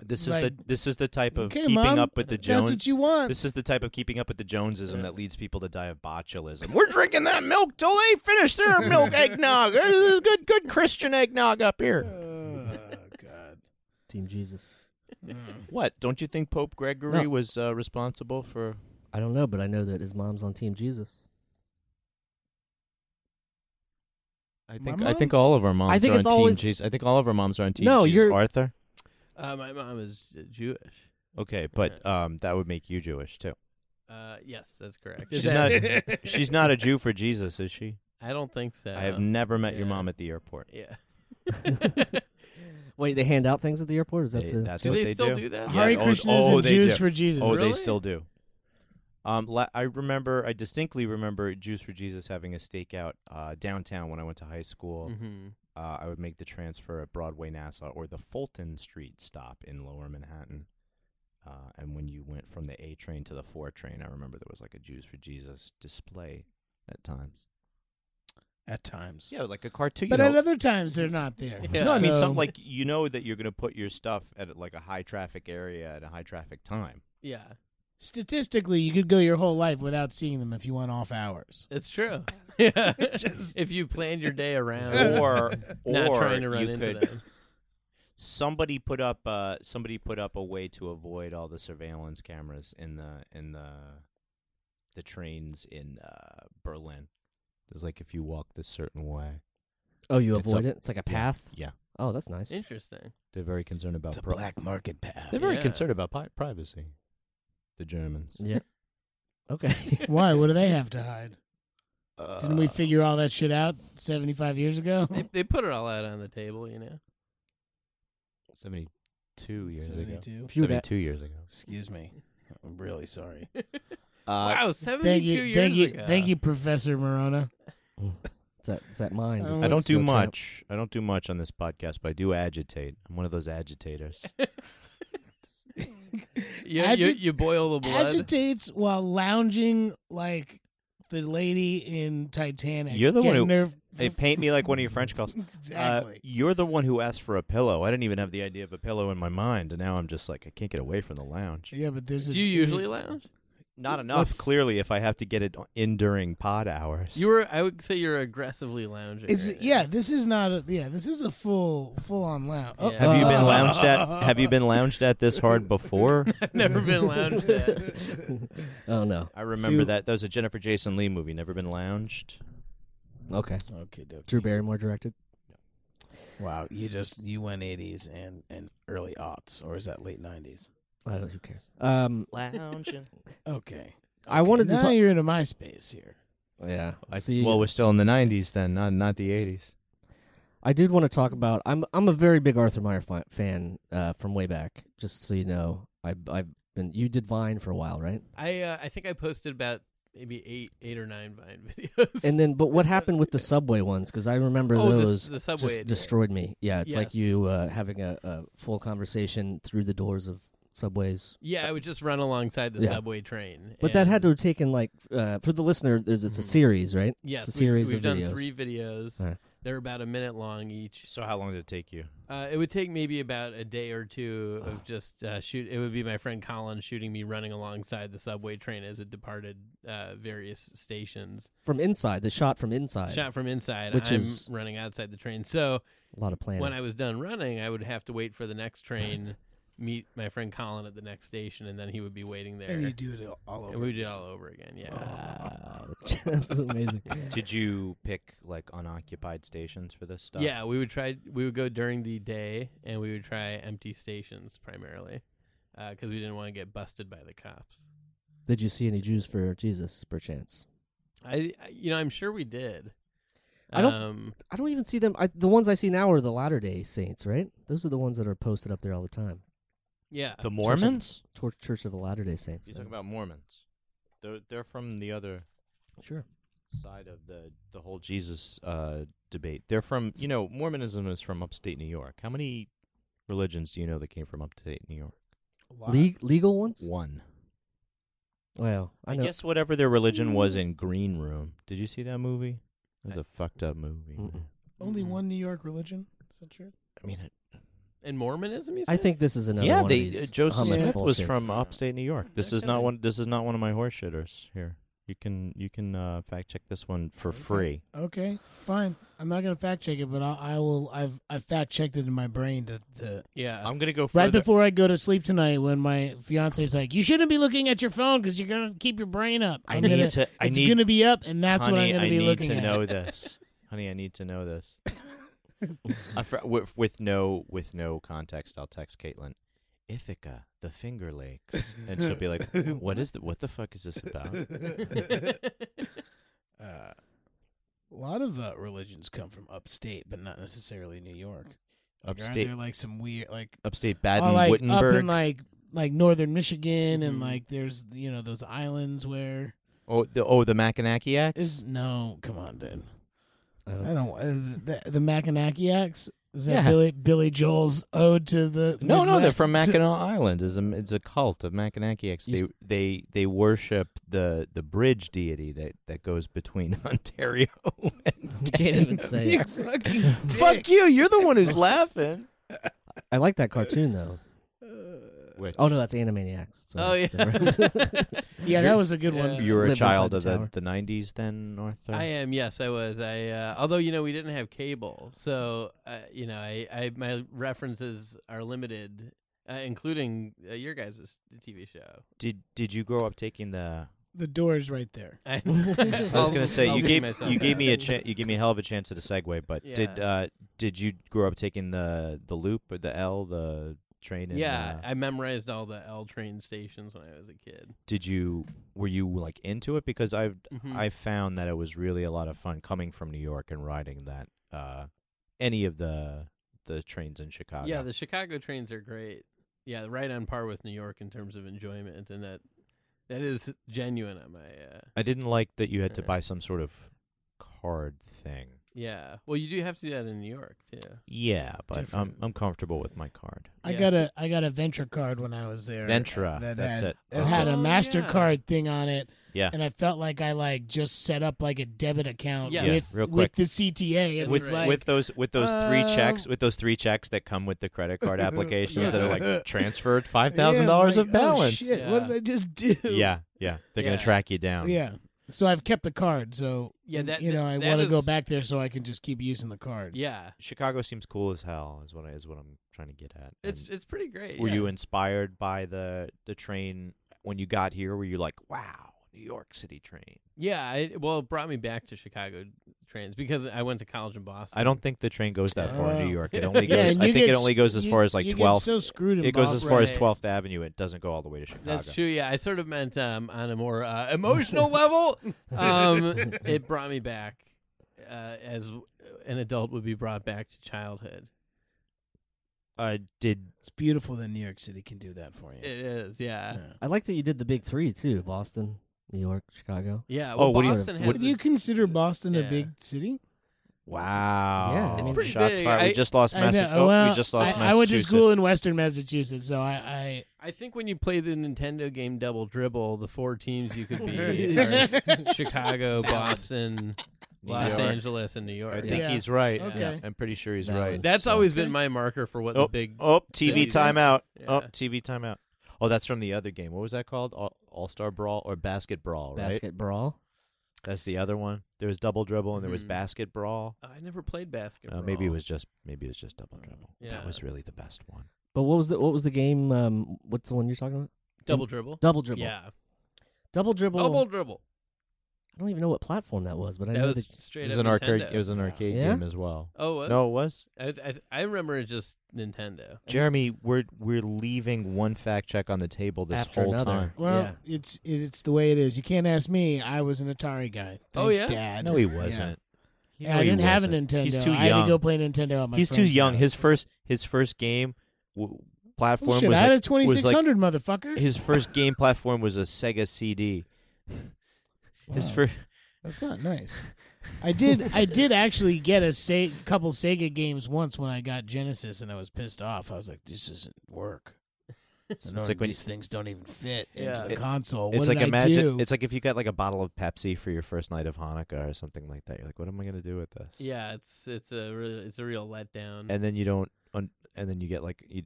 A: This is
C: Like-
A: the this is the type of
C: Okay,
A: keeping
C: Mom,
A: up with the
C: That's
A: Jones.
C: what you want.
A: This is the type of keeping up with the Jonesism that leads people to die of botulism. We're drinking that milk till they finish their milk eggnog. This is good, good Christian eggnog up here.
C: oh God.
D: Team Jesus.
A: What? Don't you think Pope Gregory
D: No.
A: was uh, responsible for?
D: I don't know, but I know that his mom's on Team Jesus.
A: I
C: My
A: think I
C: mom?
A: think all of our moms
D: I think
A: are
D: it's
A: on
D: always-
A: Team Jesus. I think all of our moms are on Team
D: No,
A: Jesus.
D: you're-
A: Arthur.
B: Uh, my mom is Jewish.
A: Okay, but um, that would make you Jewish too.
B: Uh, yes, that's correct.
A: She's not. she's not a Jew for Jesus, is she?
B: I don't think so.
A: I have never met your
B: yeah.
A: mom at the airport.
B: Yeah.
D: Wait, they hand out things at the airport? Is that
A: They-
D: the
A: that's
B: do
A: what
B: they,
A: they,
B: still do, that?
A: Yeah,
C: Hare
A: oh,
C: Krishnas
A: oh,
C: and
A: they
C: Jews
A: do.
C: for Jesus.
A: Oh,
B: Really?
A: they still do. Um, la- I remember, I distinctly remember Jews for Jesus having a stakeout uh, downtown when I went to high school.
B: Mm-hmm.
A: Uh, I would make the transfer at Broadway Nassau or the Fulton Street stop in Lower Manhattan. Uh, and when you went from the A train to the four train, I remember there was like a Jews for Jesus display at times.
C: At times.
A: Yeah, like a cartoon.
C: But
A: you know,
C: at other times they're not there.
B: Yeah.
A: No, I mean
C: So-
A: something like you know that you're going to put your stuff at like a high traffic area at a high traffic time.
B: Yeah,
C: statistically, you could go your whole life without seeing them if you went off hours.
B: it's true. Yeah. if you planned your day around
A: or
B: not
A: or
B: trying to run
A: you
B: into
A: could
B: them.
A: somebody put up uh somebody put up a way to avoid all the surveillance cameras in the in the the trains in uh Berlin. It's like if you walk this certain way.
D: Oh, you
A: It's
D: avoid
A: a-
D: it? It's like a path?
A: Yeah.
D: Oh, that's nice.
B: Interesting.
A: They're very concerned about
E: It's a
A: pri-
E: black market path.
A: Oh, They're very
B: Yeah.
A: concerned about pi- privacy. The Germans.
D: Yeah. Okay.
C: Why? What do they have to hide?
E: Uh,
C: Didn't we figure all that shit out 75 years ago?
B: They, they put it all out on the table, you know.
A: 72 years ago.
E: 72?
D: If you were to-
A: 72 years ago.
E: Excuse me. I'm really sorry.
B: wow, seventy-two
C: Thank you,
B: years
C: thank you,
B: ago.
C: thank you, Professor Morona.
D: It's that, it's that mind.
C: I
D: It's
A: I
D: like
A: don't do
D: still trying to-
A: much. I don't do much on this podcast, but I do agitate. I'm one of those agitators.
B: You, you,
C: Agi-
B: you boil the blood.
C: Agitates while lounging like the lady in Titanic.
A: You're the one
C: Getting
A: who-
C: her-
A: they paint me like one of your French girls. Uh,
C: exactly.
A: you're the one who asked for a pillow. I didn't even have the idea of a pillow in my mind, and now I'm just like I can't get away from the lounge.
C: yeah, but there's.
B: Do
C: a,
B: you usually lounge?
A: Not enough,
C: Let's-
A: clearly. If I have to get it in during pod hours,
B: You were. I would say you're aggressively lounging. right
C: It's
B: now.
C: yeah. This is not a yeah. This is a full full on lounge. Oh,
B: Yeah.
A: have you been
C: uh,
A: lounged at? Have you been lounged at this hard before?
B: I've never been lounged at.
D: Oh, no.
A: I remember
C: See-
A: that. That was a Jennifer Jason Lee movie. Never been lounged.
D: Okay.
E: Okay, doke.
D: Drew Barrymore directed.
E: Wow, you just you went 80s and and early aughts, or is that late 90s?
D: I don't, who cares? Um,
A: Lounging.
E: Okay.
D: I wanted to
C: now
D: talk.
C: you're into MySpace here.
D: Yeah.
A: I,
D: See,
A: well, we're still in the '90s then, not not the '80s.
D: I did want to talk about. I'm I'm a very big Arthur Meyer fi- fan uh, from way back. Just so you know, I I've been. You did Vine for a while, right?
B: I uh, I think I posted about maybe eight eight or nine Vine videos.
D: And then, but what happened with the subway ones? Because I remember
B: oh, the,
D: those
B: the subway
D: just
B: did.
D: destroyed me. Yeah, it's like
B: Yes.
D: you uh, having a, a full conversation through the doors of subways.
B: Yeah, I would just run alongside the
D: Yeah.
B: subway train.
D: But that
B: and-
D: had to have taken like uh, for the listener. There's it's a
B: Mhm.
D: series, right?
B: Yes,
D: it's a series
B: we've,
D: of
B: we've
D: videos.
B: done three videos.
D: All right.
B: They're about a minute long each.
A: So how long did it take you?
B: Uh, it would take maybe about a day or two of just uh, shoot. It would be my friend Colin shooting me running alongside the subway train as it departed uh, various stations,
D: from inside. The shot from inside.
B: shot from inside.
D: Which
B: I'm
D: is-
B: running outside the train. So
D: A lot of planning.
B: when I was done running, I would have to wait for the next train, meet my friend Colin at the next station, and then he would be waiting there.
C: And you do it
B: And
C: all over. Oh,
B: we would do it all over again. Yeah.
D: Wow, Ah, that's, that's amazing.
A: Did you pick like unoccupied stations for this stuff?
B: Yeah, we would try. We would go during the day, and we would try empty stations primarily, because we didn't want to get busted by the cops.
D: Did you see any Jews for Jesus, perchance?
B: I, I- you know, I'm sure we did.
D: I don't-
B: Um,
D: I don't even see them. I, the ones I see now are the Latter Day Saints, right? Those are the ones that are posted up there all the time.
B: yeah.
A: The Mormons.
D: Tor- Church of the Latter Day Saints.
A: You talking about Mormons? They're they're from the other
D: sure.
A: side of the the whole Jesus uh, debate. They're from you know Mormonism is from upstate New York. How many religions do you know that came from upstate New York?
D: Le- legal ones?
A: One.
D: Well, I
A: I
D: know.
A: guess whatever their religion was in Green Room. Did you see that movie? It was a fucked up movie. man.
D: Mm-mm.
C: Only one New York religion. Is that true?
A: Mm-hmm. I mean, it,
B: And Mormonism, you said?
D: I think this is another.
A: yeah,
D: one
A: they
D: of these
A: uh, Joseph
D: hummus
A: Smith was
D: bullshits.
A: from uh, upstate New York. This is not
B: Okay.
A: one. This is not one of my horse shitters here. You can you can uh, fact check this one for free.
C: Okay, fine. I'm not gonna fact check it, but I'll, I will. I've I fact checked it in my brain to, to
B: Yeah.
A: I'm gonna go
C: right
A: further.
C: before I go to sleep tonight. When my fiance's like, "You shouldn't be looking at your phone because you're gonna keep your brain up."
A: I
C: I'm
A: need
C: gonna-
A: to- I
C: it's
A: need-
C: gonna be up, and that's what I'm
A: Honey,
C: gonna
A: I
C: be
A: need
C: looking
A: to
C: at.
A: know this. Honey, I need to know this. I fr- with, with no with no context, I'll text Caitlin. Ithaca, the Finger Lakes, and she'll be like, "What is the what the fuck is this about?"
E: Uh, a lot of uh, religions come from upstate, but not necessarily New York. Like, Aren't
A: Upstate,
E: there like some weird like
A: upstate
C: Or, like up
A: Baden-Württemberg.
C: in like like northern Michigan, and
E: Mhm.
A: Mm-hmm.
C: like there's you know those islands where
A: oh, the oh the Mackinac
E: is no? Come on, dude.
D: I
C: I
D: don't-
C: don't is it the, the Mackinaciacs. Is that
A: Yeah.
C: Billy Billy Joel's ode to the?
A: No, no, they're
C: Midwest?
A: from Mackinac Island. It's a, it's a cult of Mackinaciacs. They
D: You s-
A: they they worship the the bridge deity that, that goes between Ontario. and
D: You can't even say.
E: You
D: It.
E: fucking
A: Fuck
E: dick.
A: you! You're the one who's laughing.
D: I like that cartoon though.
A: Which,
D: Oh no, that's Animaniacs. So
B: Oh, yeah.
D: that's different.
C: Yeah, that was a good one.
B: Yeah.
A: you were a
D: Lived inside
A: child
D: the
A: of the,
D: tower.
A: the '90s, then, Arthur.
B: I am. Yes, I was. I uh, although you know we didn't have cable, so uh, you know I, I my references are limited, uh, including uh, your guys' TV show.
A: Did did you grow up taking the?
C: The door's right there.
B: I,
D: I was
A: I was gonna
B: I'll-
A: say
B: I'll
A: you
B: see
A: gave
B: myself
A: you gave
B: out.
A: me a cha- you gave me a hell of a chance at a segue, but did
B: Yeah.
A: uh did you grow up taking the the loop or the L the train? And,
B: Yeah,
A: uh,
B: I memorized all the L train stations when I was a kid.
A: did you were you like into it? Because I've
B: Mhm.
A: I found that it was really a lot of fun coming from New York and riding that uh, any of the the trains in Chicago.
B: yeah, the Chicago trains are great. Yeah, right on par with New York in terms of enjoyment, and that that is genuine on my. Uh,
A: I didn't like that you had to
B: Sure.
A: buy some sort of card thing.
B: yeah, well, you do have to do that in New York too.
A: Yeah, but
E: Different.
A: I'm I'm comfortable with my card.
C: I
B: Yeah.
C: got a I got a venture card when I was there.
A: Ventura,
C: That
A: that's
C: had,
A: it.
C: It
A: That's
C: had
B: it.
C: a
B: Oh,
C: Mastercard thing on it,
A: Yeah,
C: and I felt like I like just set up like a debit account
B: Yes.
A: Yeah,
C: with
A: real
C: with
A: quick.
C: the CTA. It
B: That's
A: with
C: was
B: right.
C: like
A: with those with those three
E: um,
A: checks with those three checks that come with the credit card applications that are
E: Yeah.
A: like transferred five thousand dollars
E: Yeah,
A: of
E: like, oh,
A: balance.
E: shit, what
B: Yeah.
E: did I just do?
A: yeah, yeah, they're
B: Yeah.
A: gonna track you down.
C: yeah. So I've kept the card. So
B: Yeah, that-
C: you know I
B: that
C: want to
B: is-
C: go back there so I can just keep using the card.
B: Yeah,
A: Chicago seems cool as hell. Is what I, is what I'm trying to get at.
B: it's
A: And-
B: it's pretty great.
A: Were
B: yeah.
A: you inspired by the the train when you got here? Were you like, wow, New York City train?
B: Yeah, I, well, it brought me back to Chicago trains because I went to college in Boston.
A: I don't think the train goes that far in
C: Oh.
A: New York. It only
B: Yeah,
A: goes.
C: and
A: I
C: you
A: think
C: get
A: it only goes as
C: you-
A: far as like
C: you get
A: twelfth.
C: so screwed. in
A: It goes as far as
B: Right.
A: Twelfth Avenue. It doesn't go all the way to Chicago.
B: That's true. Yeah, I sort of meant um, on a more uh, emotional level.
A: Oh,
B: Um, it brought me back uh, as an adult would be brought back to childhood.
A: Uh, did
E: It's beautiful that New York City can do that for
B: It
E: you.
B: is, yeah,
E: Yeah.
D: I like that you did the big three too: Boston, New York, Chicago.
B: yeah.
A: Oh,
B: Well,
A: what do you-
B: Boston
A: what
B: has
C: Do you
B: a-
C: consider Boston
B: Yeah.
C: a big city?
A: wow?
D: Yeah, it's
B: pretty
A: Shots
B: big.
A: fired.
B: I-
A: we just lost
C: I
A: Massachusetts. Oh,
C: know. well,
A: we just lost
C: I,
A: Massachusetts.
C: I went to school in Western Massachusetts, so I, I
B: I think when you play the Nintendo game Double Dribble, the four teams you could be are Chicago, Boston,
A: New
B: Los
A: York.
B: Angeles, and New York.
A: I think
C: Yeah.
A: he's right.
B: Okay.
A: Yeah, I'm pretty sure he's
D: No.
A: right.
B: That's
A: So-
B: always been my marker for what
A: Oh,
B: the big.
A: Oh,
B: City.
A: TV timeout. Oh,
B: Yeah.
A: TV timeout. Oh, that's from the other game. What was that called? All Star Brawl or Basket Brawl, right?
D: Basket brawl.
A: That's the other one. There was Double Dribble and there was
B: Mhm.
A: Basket Brawl.
B: I never played basketball.
A: Uh, maybe it was just maybe it was just Double Dribble.
B: Yeah.
A: That was really the best one.
D: But what was the what was the game? Um, what's the one you're talking about?
B: double dribble.
D: Double dribble.
B: Yeah,
D: Double dribble.
B: double dribble.
D: I don't even know what platform that was, but I
B: That
D: know
B: was
D: that
B: straight up Nintendo.
A: an arcade
D: Yeah?
A: as well.
B: oh, what?
A: No, it was.
B: I, I I remember it just Nintendo.
A: Jeremy, we're we're leaving one fact check on the table this
D: after
A: whole
D: another.
A: time.
C: Well, it's it's the way it is. You can't ask me. I was an Atari guy. Thanks,
B: Oh, yeah?
C: Dad.
A: No, he
C: Yeah.
A: wasn't.
C: Yeah, I didn't have a Nintendo.
A: He's too
C: I had
A: young.
C: to go play Nintendo. At my
A: He's too
C: friend's
A: young.
C: house.
A: His first his first game w-
C: Oh,
A: platform
C: shit,
A: was
C: I had
A: like-
C: a twenty
A: was
C: six
A: like
C: hundred motherfucker.
A: his first game platform was a Sega CD. His
C: Wow,
A: first
C: That's not nice. I did. I did actually get a Se- couple Sega games once when I got Genesis, and I was pissed off. I was like, "This doesn't work."
E: So
A: it's like when you-
E: these things don't even fit
B: Yeah.
E: into the
A: It-
E: console.
A: it's
E: what
A: like
E: did I do?
A: imagine it's like if you got like a bottle of Pepsi for your first night of Hanukkah or something like that. You're like, what am I gonna do with this?
B: Yeah, it's it's a real it's a real letdown.
A: and then you don't, un- and then you get like you,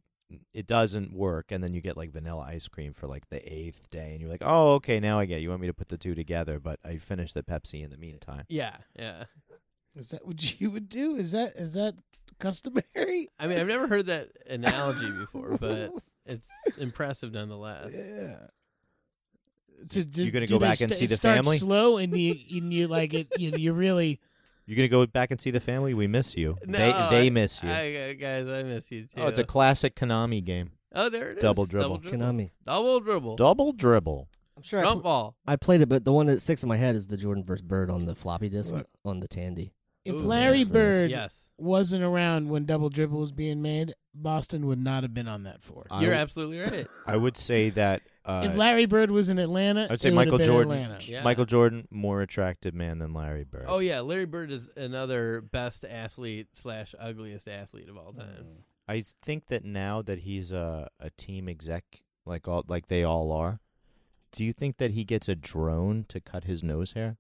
A: it doesn't work, and then you get like vanilla ice cream for like the eighth day, and you're like, oh okay, now I get. it. You want me to put the two together, but I finished the Pepsi in the meantime.
B: yeah, yeah.
C: Is that what you would do? Is that is that customary?
B: I mean, I've never heard that analogy before, but it's impressive nonetheless.
E: yeah.
C: So do-
A: You gonna
C: do
A: go
C: they
A: back and
C: sta-
A: see
C: it
A: the
C: starts
A: family?
C: Slow and you and you like it. You, you really
A: You gonna go back and see the family? We miss you.
B: No,
A: they they
B: I-
A: miss you.
B: uh, I, guys, I miss you too.
A: oh, it's a classic Konami game.
B: Oh, there it is.
A: Double dribble.
D: Konami.
B: Double dribble.
A: Double dribble.
D: I'm sure I,
B: Jump ball.
D: I played it, but the one that sticks in my head is the Jordan vs. Bird on the floppy disk
C: Look.
D: on the Tandy.
C: if
B: Ooh,
C: Larry
D: that's right.
C: Bird
B: Yes,
C: wasn't around when Double Dribble was being made, Boston would not have been on that for.
A: I
B: you're
A: w-
B: absolutely right.
A: I would say that uh,
C: if Larry Bird was in Atlanta,
A: I'd say
C: it would have
A: Michael
C: been
A: Jordan.
C: Atlanta.
B: Yeah.
A: Michael Jordan more attractive man than Larry Bird.
B: Oh yeah, Larry Bird is another best athlete slash ugliest athlete of all time.
A: I think that now that he's a a team exec, like all like they all are, do you think that he gets a drone to cut his nose hair?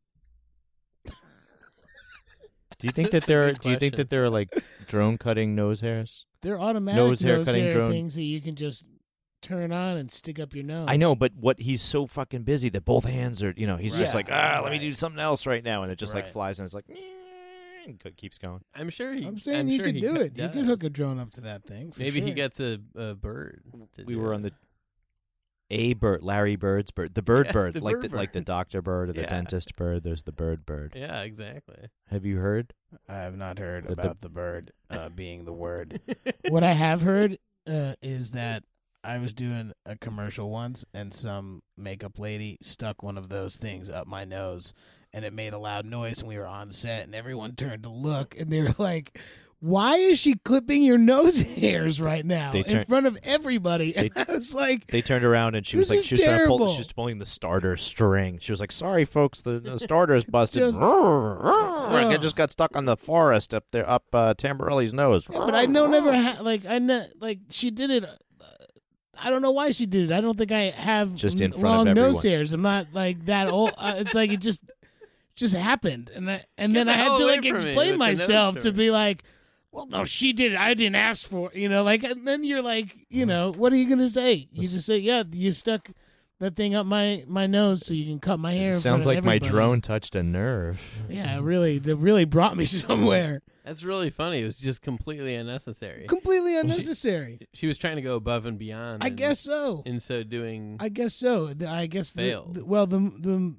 A: do you think that there are?
B: Good
A: Do you think
B: question.
A: that there are like drone cutting nose hairs?
C: They're automatic
A: Nose
C: nose
A: hair
C: hair,
A: cutting drone.
C: things that you can just turn on and stick up your
B: Oh,
C: nose.
A: I know, but what he's so fucking busy that both hands are. You know, he's just
B: Right.
A: like ah, let me
B: Right.
A: do something else right now, and it just like
B: Right.
A: flies and it's like. "Nyeh," And co- keeps going.
B: I'm sure he.
C: I'm saying you
B: sure
C: could
B: he
C: do
B: cut-
C: it. You could
B: does.
C: hook a drone up to that thing. for
B: Maybe he
C: sure.
B: gets a, a bird. to
A: We
B: do
A: were
B: it.
A: on the a bird, Larry Bird's bird, the bird
B: Yeah,
A: bird,
B: the
A: like
B: bird
A: the like the
B: bird.
A: doctor bird or the
B: Yeah.
A: dentist bird. There's the bird bird.
B: Yeah, exactly.
A: Have you heard?
E: I have not heard
A: But the-
E: about the, bird uh, being the word.
C: what I have heard uh,
E: Is that I was doing a commercial once and some makeup lady stuck one of those things up my nose and it made a loud noise and we were on set and everyone turned to look.
C: look and they were like, "Why is she clipping your nose hairs right now
A: They turn-
C: in front of everybody?" And
A: they-
C: I was like,
A: They turned around and she was like,
C: This
A: she
C: is
A: was, trying to pull,
C: terrible.
A: she was pulling the starter string. She was like, sorry, folks, the, the starter is busted.
C: Just-
A: Like, it just got stuck on the forest up there, up uh, Tamborelli's nose.
C: "But
B: Oh,
C: I know never ha- like I know like she did it." Uh, I don't know why she did it. I don't think I have
A: Just in
C: n-
A: front of
C: long nose
A: everyone.
C: hairs. I'm not like that old. Uh, it's like it just just happened, and I, and
B: Get
C: then
B: the
C: I had
B: hell
C: to
B: away
C: like
B: from me with
C: explain
B: the nose
C: myself to
B: story.
C: be like. Well, no, she did it. I didn't ask for it. You know, like, and then you're like, you
A: Mm.
C: know, what are you going to say? You just say, yeah, you stuck that thing up my, my nose so you can cut my hair. in front
A: sounds
C: of
A: like my
C: everybody."
A: drone touched a nerve.
C: Yeah, it really, that really brought me somewhere.
B: That's really funny. It was just completely unnecessary.
C: Completely unnecessary.
B: she was trying to go above and beyond.
C: I
B: and-
C: guess so.
B: In so doing,
C: I guess so. The- I guess the,
B: Failed.
C: the- well, the the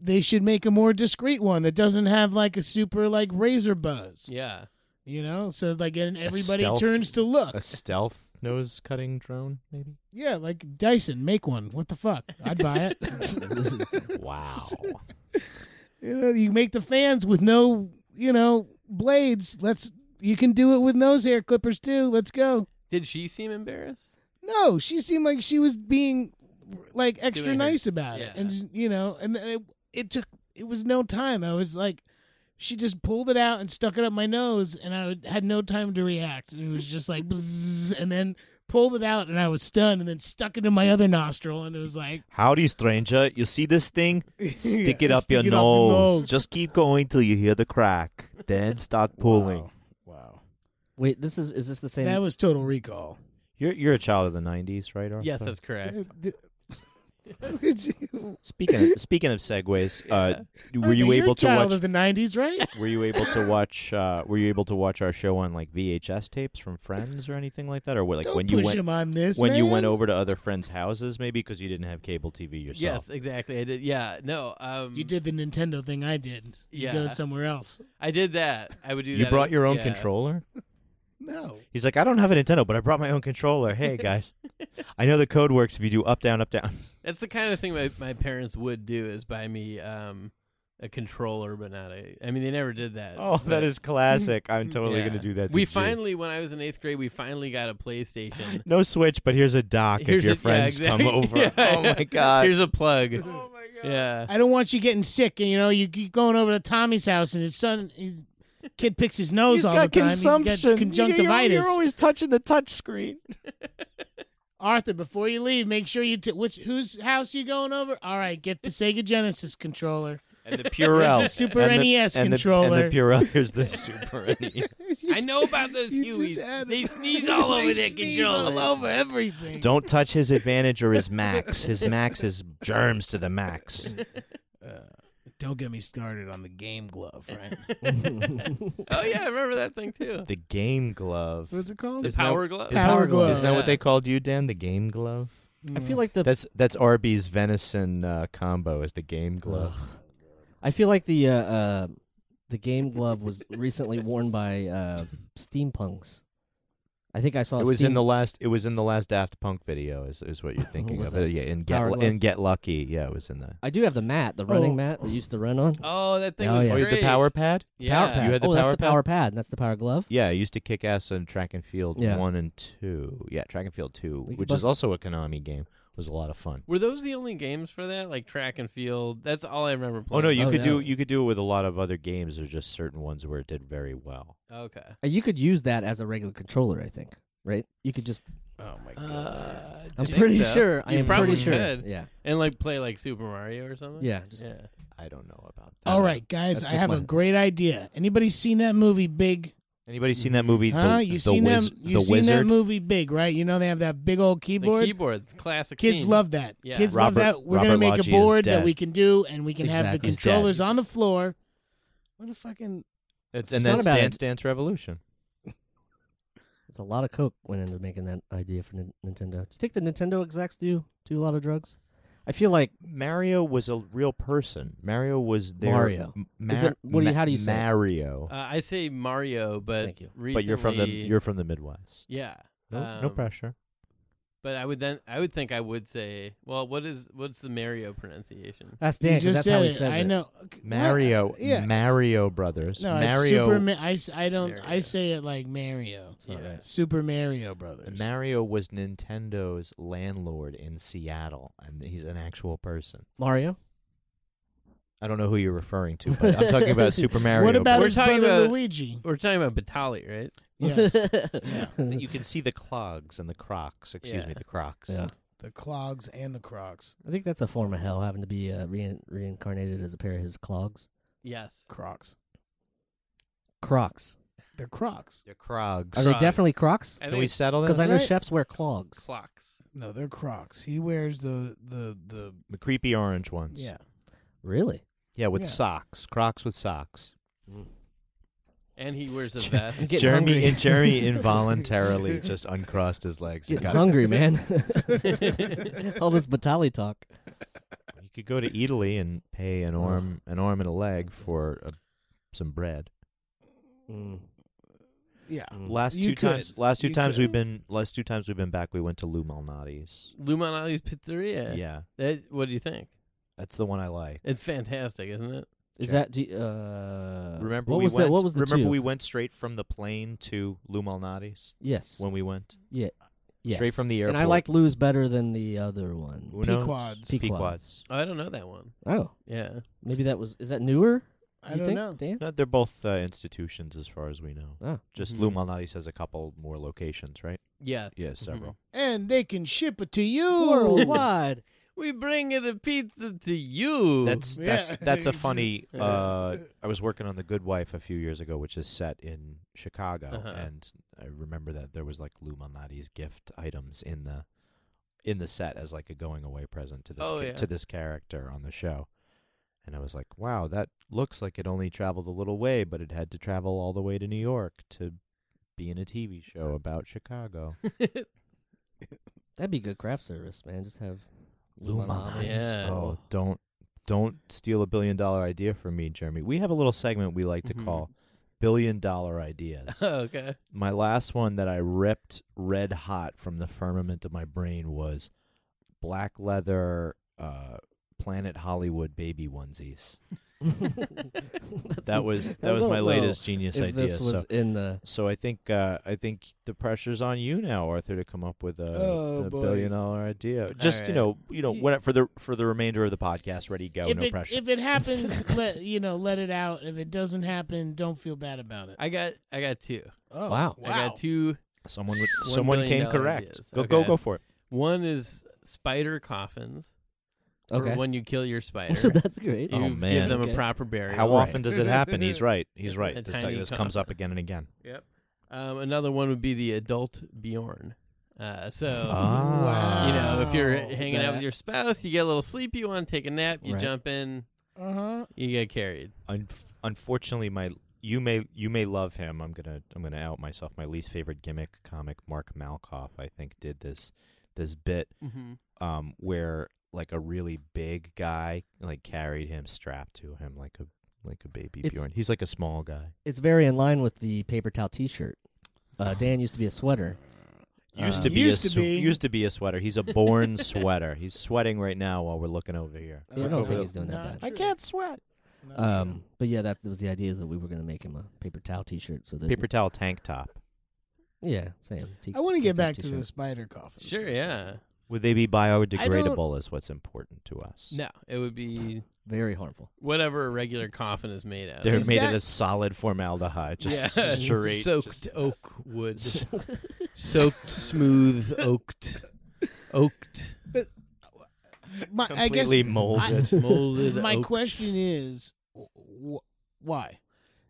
C: they should make a more discreet one that doesn't have like a super like razor buzz.
B: yeah.
C: You know, so like and everybody
A: stealth-
C: turns to look.
A: A stealth nose cutting drone, maybe?
C: yeah, like Dyson, make one. What the fuck? I'd buy it.
A: Wow.
C: you, know, you make the fans with no, you know, blades. Let's. You can do it with nose hair clippers too. Let's go.
B: Did she seem embarrassed?
C: No, she seemed like she was being like extra
B: Doing her-
C: nice about it,
B: yeah.
C: and just, you know, and then it, it took it was no time. I was like, she just pulled it out and stuck it up my nose, and I would- had no time to react. And it was just like, bzzz, and then pulled it out, and I was stunned, and then stuck it in my other nostril, and it was like,
A: Howdy, stranger. You see this thing? Stick it
C: Yeah,
A: up your
C: stick it
A: nose. Just keep going till you hear the crack. Then start pulling.
E: Wow.
D: Wait, this is is this the same?
C: That was Total Recall.
A: You're, you're a child of the 90s, right, Arthur?
B: Yes, that's correct.
A: Speaking of, speaking of segues, uh, were you
C: Arthur, you're
A: able
C: a
A: to
C: child
A: watch
C: of the '90s, right?
A: Were you able to watch? Uh, were you able to watch our show on like VHS tapes from friends or anything like that, or what, like
C: Don't
A: when
C: push
A: you went
C: him on this.
A: when you
C: man.
A: went over to other friends' houses, maybe because you didn't have cable TV yourself?
B: Yes, exactly. I did. Yeah, no. Um,
C: You did the Nintendo thing I did. You
B: Yeah.
C: go somewhere else.
B: I did that. I would do
A: You
B: that.
A: brought your own
B: yeah.
A: controller.
C: No.
A: He's like, I don't have a Nintendo, but I brought my own controller. Hey guys, I know the code works if you do up down up down.
B: That's the kind of thing my, my parents would do is buy me um, a controller, but not a. I mean, they never did that.
A: Oh,
B: but-
A: that is classic. I'm totally
B: Yeah.
A: gonna do that. to
B: We
A: G.
B: finally, when I was in eighth grade, we finally got a PlayStation.
A: no switch, but here's a dock if
B: Here's
A: your
B: a- yeah,
A: friends
B: exactly.
A: come over.
B: Yeah,
A: oh
B: yeah.
A: my god.
B: Here's a plug. Oh my god. Yeah.
C: I don't want you getting sick. And, you know, you keep going over to Tommy's house and his son, his kid picks his nose
A: He's
C: all
A: got
C: the time.
A: consumption.
C: He's got conjunctivitis.
A: You're, you're always touching the touch screen.
C: Arthur, before you leave, make sure you t- which whose house you going over? All right, get the Sega Genesis controller.
A: And the Purell.
C: It's a Super
A: and the-
C: NES
A: and the,
C: controller.
A: And the Purell is the Super E NES.
B: I know about those
C: You just
B: Hueys.
C: added-
B: They sneeze all over
C: They
B: that
C: sneeze
B: controller.
C: all over everything.
A: Don't touch his advantage or his max. His max is germs to the max.
E: Don't get me started on the game glove, right?
B: Oh yeah, I remember that thing too.
A: The game glove.
C: What's it called?
B: The
A: Isn't that-
B: power glove.
A: Isn't that-
C: Power glove.
A: Isn't that
B: Yeah.
A: what they called you, Dan? The game glove.
D: I feel like the
A: That's that's Arby's venison uh, combo is the game glove.
D: Ugh. I feel like the uh, uh, the game glove was recently worn by uh, steampunks. I think I saw.
A: It was
D: steam-
A: in the last. It was in the last Daft Punk video. Is is what you're thinking
D: was
A: of?
D: that?
A: Yeah, in get
D: Power
A: Lu-
D: glove.
A: in get lucky. Yeah, it was in the.
D: I do have the mat, the running
C: Oh.
D: mat that you used to run on.
B: Oh, that thing
D: Oh,
B: was
D: yeah.
A: Oh, you
B: great.
A: had the power pad.
B: Yeah.
D: Power pad.
A: You had the
D: oh, that's
A: power
D: the
A: pad?
D: power pad. and That's the power glove.
A: Yeah, I used to kick ass in track and field
D: Yeah.
A: one and two. Yeah, track and field two,
D: We could
A: which is
D: bust-
A: also a Konami game, was a lot of fun.
B: Were those the only games for that? Like track and field. That's all I remember
A: Oh
B: playing.
A: no, you
D: Oh,
A: could do
D: yeah.
A: you could do it with a lot of other games. There's just certain ones where it did very well.
B: Okay.
D: Uh, You could use that as a regular controller. I think. Right. You could just.
E: Oh my god.
B: Uh,
D: I'm
B: think
D: pretty
B: so.
D: sure. I
B: You
D: am
B: probably
D: pretty sure.
B: could.
D: Yeah.
B: And like play like Super Mario or something.
D: Yeah. Just
B: yeah.
A: I don't know about that.
C: All right, guys,
D: That's
C: I
D: just
C: have
D: my-
C: a great idea. Anybody seen that movie Big?
A: Anybody seen that movie?
C: Huh?
A: The,
C: you
A: the
C: seen
A: Wiz-
C: them? You
A: the
C: seen
A: Wizard?
C: that movie Big, right? You know they have that big old
B: The
C: keyboard.
B: keyboard, classic.
C: Kids
B: scene.
C: love that.
B: Yeah.
C: Kids love
A: Robert-
C: that. We're
A: Robert
C: gonna make
A: Loggia
C: a
A: is
C: board
A: dead.
C: that we can do, and we can have the
D: Exactly.
A: He's dead.
C: controllers on the floor.
E: What a fucking
A: It's,
D: It's
A: and
D: not
A: that's
D: about
A: Dance
D: it.
A: Dance Revolution.
D: it's a lot of coke went into making that idea for Nin- Nintendo. Do you think the Nintendo execs do do a lot of drugs? I feel like
A: Mario was a real person. Mario was there.
D: Mario. Is it- what do you- how do you say it?
A: Mario?
B: Uh, I say Mario, but
D: Thank you.
A: but you're from the
B: recently-
A: you're from the Midwest.
B: yeah.
A: No, no
B: um,
A: pressure.
B: But I would then I would think I would say well what is what's the Mario pronunciation?
D: that's Dan.
C: you
D: 'cause
C: just
D: that's
C: said
D: how he
C: it.
D: says
C: I
D: it.
C: know. Okay, well,
A: Mario,
C: Uh, yeah, it's-
A: Mario Brothers.
C: No,
A: Mario,
C: it's Super. Ma- I s- I don't. I
B: Mario.
C: say it like Mario.
D: It's not
B: Yeah.
D: right.
C: Super Mario Brothers.
A: Mario was Nintendo's landlord in Seattle, and he's an actual person.
D: Mario.
A: I don't know who you're referring to, but I'm talking about Super Mario.
C: What about
B: We're
A: Brothers.
C: his
B: talking
C: brother
B: about-
C: Luigi?
B: We're talking about Batali, right?
C: Yes.
A: you can see the clogs and the crocs. Excuse
B: Yeah.
A: me, the crocs.
D: Yeah.
E: the clogs and the crocs.
D: I think that's a form of hell, having to be uh, rein reincarnated as a pair of his clogs.
B: Yes.
E: Crocs.
D: Crocs.
E: They're crocs.
A: The crogs.
D: Are they
B: Crocs.
D: definitely Crocs?
B: I
A: Can
B: think
A: we
B: it's
A: settle this?
D: Because I know
C: Right.
D: chefs wear clogs.
B: clocks.
E: No, they're crocs. He wears the the the
A: the creepy orange ones.
E: yeah.
D: Really?
A: Yeah, with
E: Yeah.
A: socks. Crocs with socks.
B: And he wears a vest.
D: Get
A: Mm. Jeremy
D: hungry.
A: and Jeremy involuntarily just uncrossed his legs. and
D: Getting
A: got-
D: hungry, man. All this Batali talk.
A: You could go to Italy and pay an arm, an arm and a leg for uh, some bread.
D: Mm.
E: Yeah.
A: Last
E: You
A: two
E: could.
A: times, last two
E: You
A: times
E: could.
A: we've been, last two times we've been back, we went to Lou Malnati's.
B: Luminati's Pizzeria.
A: Yeah,
B: That, what do you think?
A: that's the one I like.
B: It's fantastic, isn't it?
D: Is
A: Sure.
D: that? Do you, uh,
A: Remember
D: what
A: we
D: was
A: went.
D: that? What was the
A: remember
D: two?
A: we went straight from the plane to Lou Malnati's
D: yes.
A: when we went.
D: yes.
A: straight from the
D: And I
A: airport.
D: like Lou's better than the other one.
A: Uno's?
E: Pequods.
A: Pequods.
B: Oh, I don't know that one.
D: Oh,
B: Yeah.
D: maybe that was. Is that newer?
E: I
D: you
E: don't
D: think,
E: know.
D: Dan.
A: No, they're both uh, institutions as far as we know.
D: Oh.
A: Just
B: Mhm.
A: Lou Malnati's has a couple more locations, right?
B: Yeah.
A: Yeah, several.
B: Mhm.
C: And they can ship it to you.
D: Worldwide.
B: We bring it a pizza to you.
A: That's
E: Ooh.
A: that,
E: Yeah.
A: that's a funny.
B: Yeah.
A: Uh, I was working on The Good Wife a few years ago, which is set in Chicago,
B: Uh-huh.
A: and I remember that there was like Lou Malnati's gift items in the in the set as like a going away present to this
B: Oh,
A: ca-
B: yeah.
A: to this character on the show. And I was like, "Wow, that looks like it only traveled a little way, but it had to travel all the way to New York to be in a TV show about Chicago."
D: That'd be good craft service, man. Just have
A: Luminati.
B: Yeah.
A: Oh, don't don't steal a billion dollar idea from me, Jeremy. We have a little segment we like to
B: Mhm.
A: call billion dollar ideas.
B: Oh, okay.
A: my last one that I ripped red hot from the firmament of my brain was black leather uh Planet Hollywood baby onesies.
D: That's-
A: That was
D: I
A: that was my
D: don't know
A: latest genius
D: If
A: idea.
D: this was
A: so
D: in the
A: so I think uh, I think the pressure's on you now, Arthur, to come up with a,
E: Oh,
A: a
E: boy.
A: billion dollar idea. Just you
B: right.
A: know, you know,
C: Y-
A: when, for the for the remainder of the podcast, ready go,
C: if
A: no
C: it
A: pressure.
C: if it happens, let you know, let it out. If it doesn't happen, don't feel bad about it.
B: I got I got two.
E: Oh,
D: Wow.
B: I got two
A: Someone would,
B: One
A: someone
B: billion
A: came
B: dollar
A: correct.
B: ideas.
A: Go go
B: Okay.
A: go for it.
B: One is spider coffins. for
D: Okay.
B: when you kill your spider,
D: So that's great.
B: you
A: Oh,
B: give
A: man.
B: them
D: Okay.
B: a proper burial.
A: How
D: Right.
A: often does it happen? He's right. He's right.
B: A
A: This,
B: tiny
A: this comes
B: coffin.
A: up again and again.
B: Yep. Um, another one would be the adult Bjorn. Uh, so
A: Ah.
B: you know, if you're
C: Wow.
B: hanging out
D: That-
B: with your spouse, you get a little sleepy, you want to take a nap, you
D: Right.
B: jump in,
C: Uh huh.
B: you get carried.
A: Unf- unfortunately, my you may you may love him. I'm gonna I'm gonna out myself. My least favorite gimmick comic, Mark Malkoff, I think, did this this bit
B: Mm-hmm.
A: um, where like a really big guy like carried him strapped to him like a like a baby
D: It's-
A: Bjorn. He's like a small guy.
D: It's very in line with the paper towel T-shirt. Uh, Dan used to be a sweater.
A: Used
D: Uh,
A: to be
C: used
A: a
C: to
A: sw-
C: be.
A: used to be a sweater. He's a born sweater. He's sweating right now while we're looking over here.
D: Yeah, I don't think he's doing
C: Not
D: that bad.
C: true.
A: sweat.
C: Not
D: Um, but yeah, that was the idea that we were going to make him a paper towel T-shirt. So that
A: Paper towel tank top.
D: yeah, same.
C: true.
D: T-
C: I want to
D: paper
C: get
D: towel
C: back to the
D: T-shirt.
C: spider coffin.
B: Sure, yeah.
A: Would they be biodegradable? Is what's important to us.
B: No, it would be
D: Very harmful.
B: whatever a regular coffin is made out.
A: They're
B: of.
C: Is
A: made
C: that-
A: out of solid formaldehyde, just
B: yeah.
A: straight.
B: soaked
A: just-
B: oak wood, soaked smooth oaked, oaked
C: My, I guess
A: completely molded.
B: molded.
C: my
B: oak.
C: question is wh- why?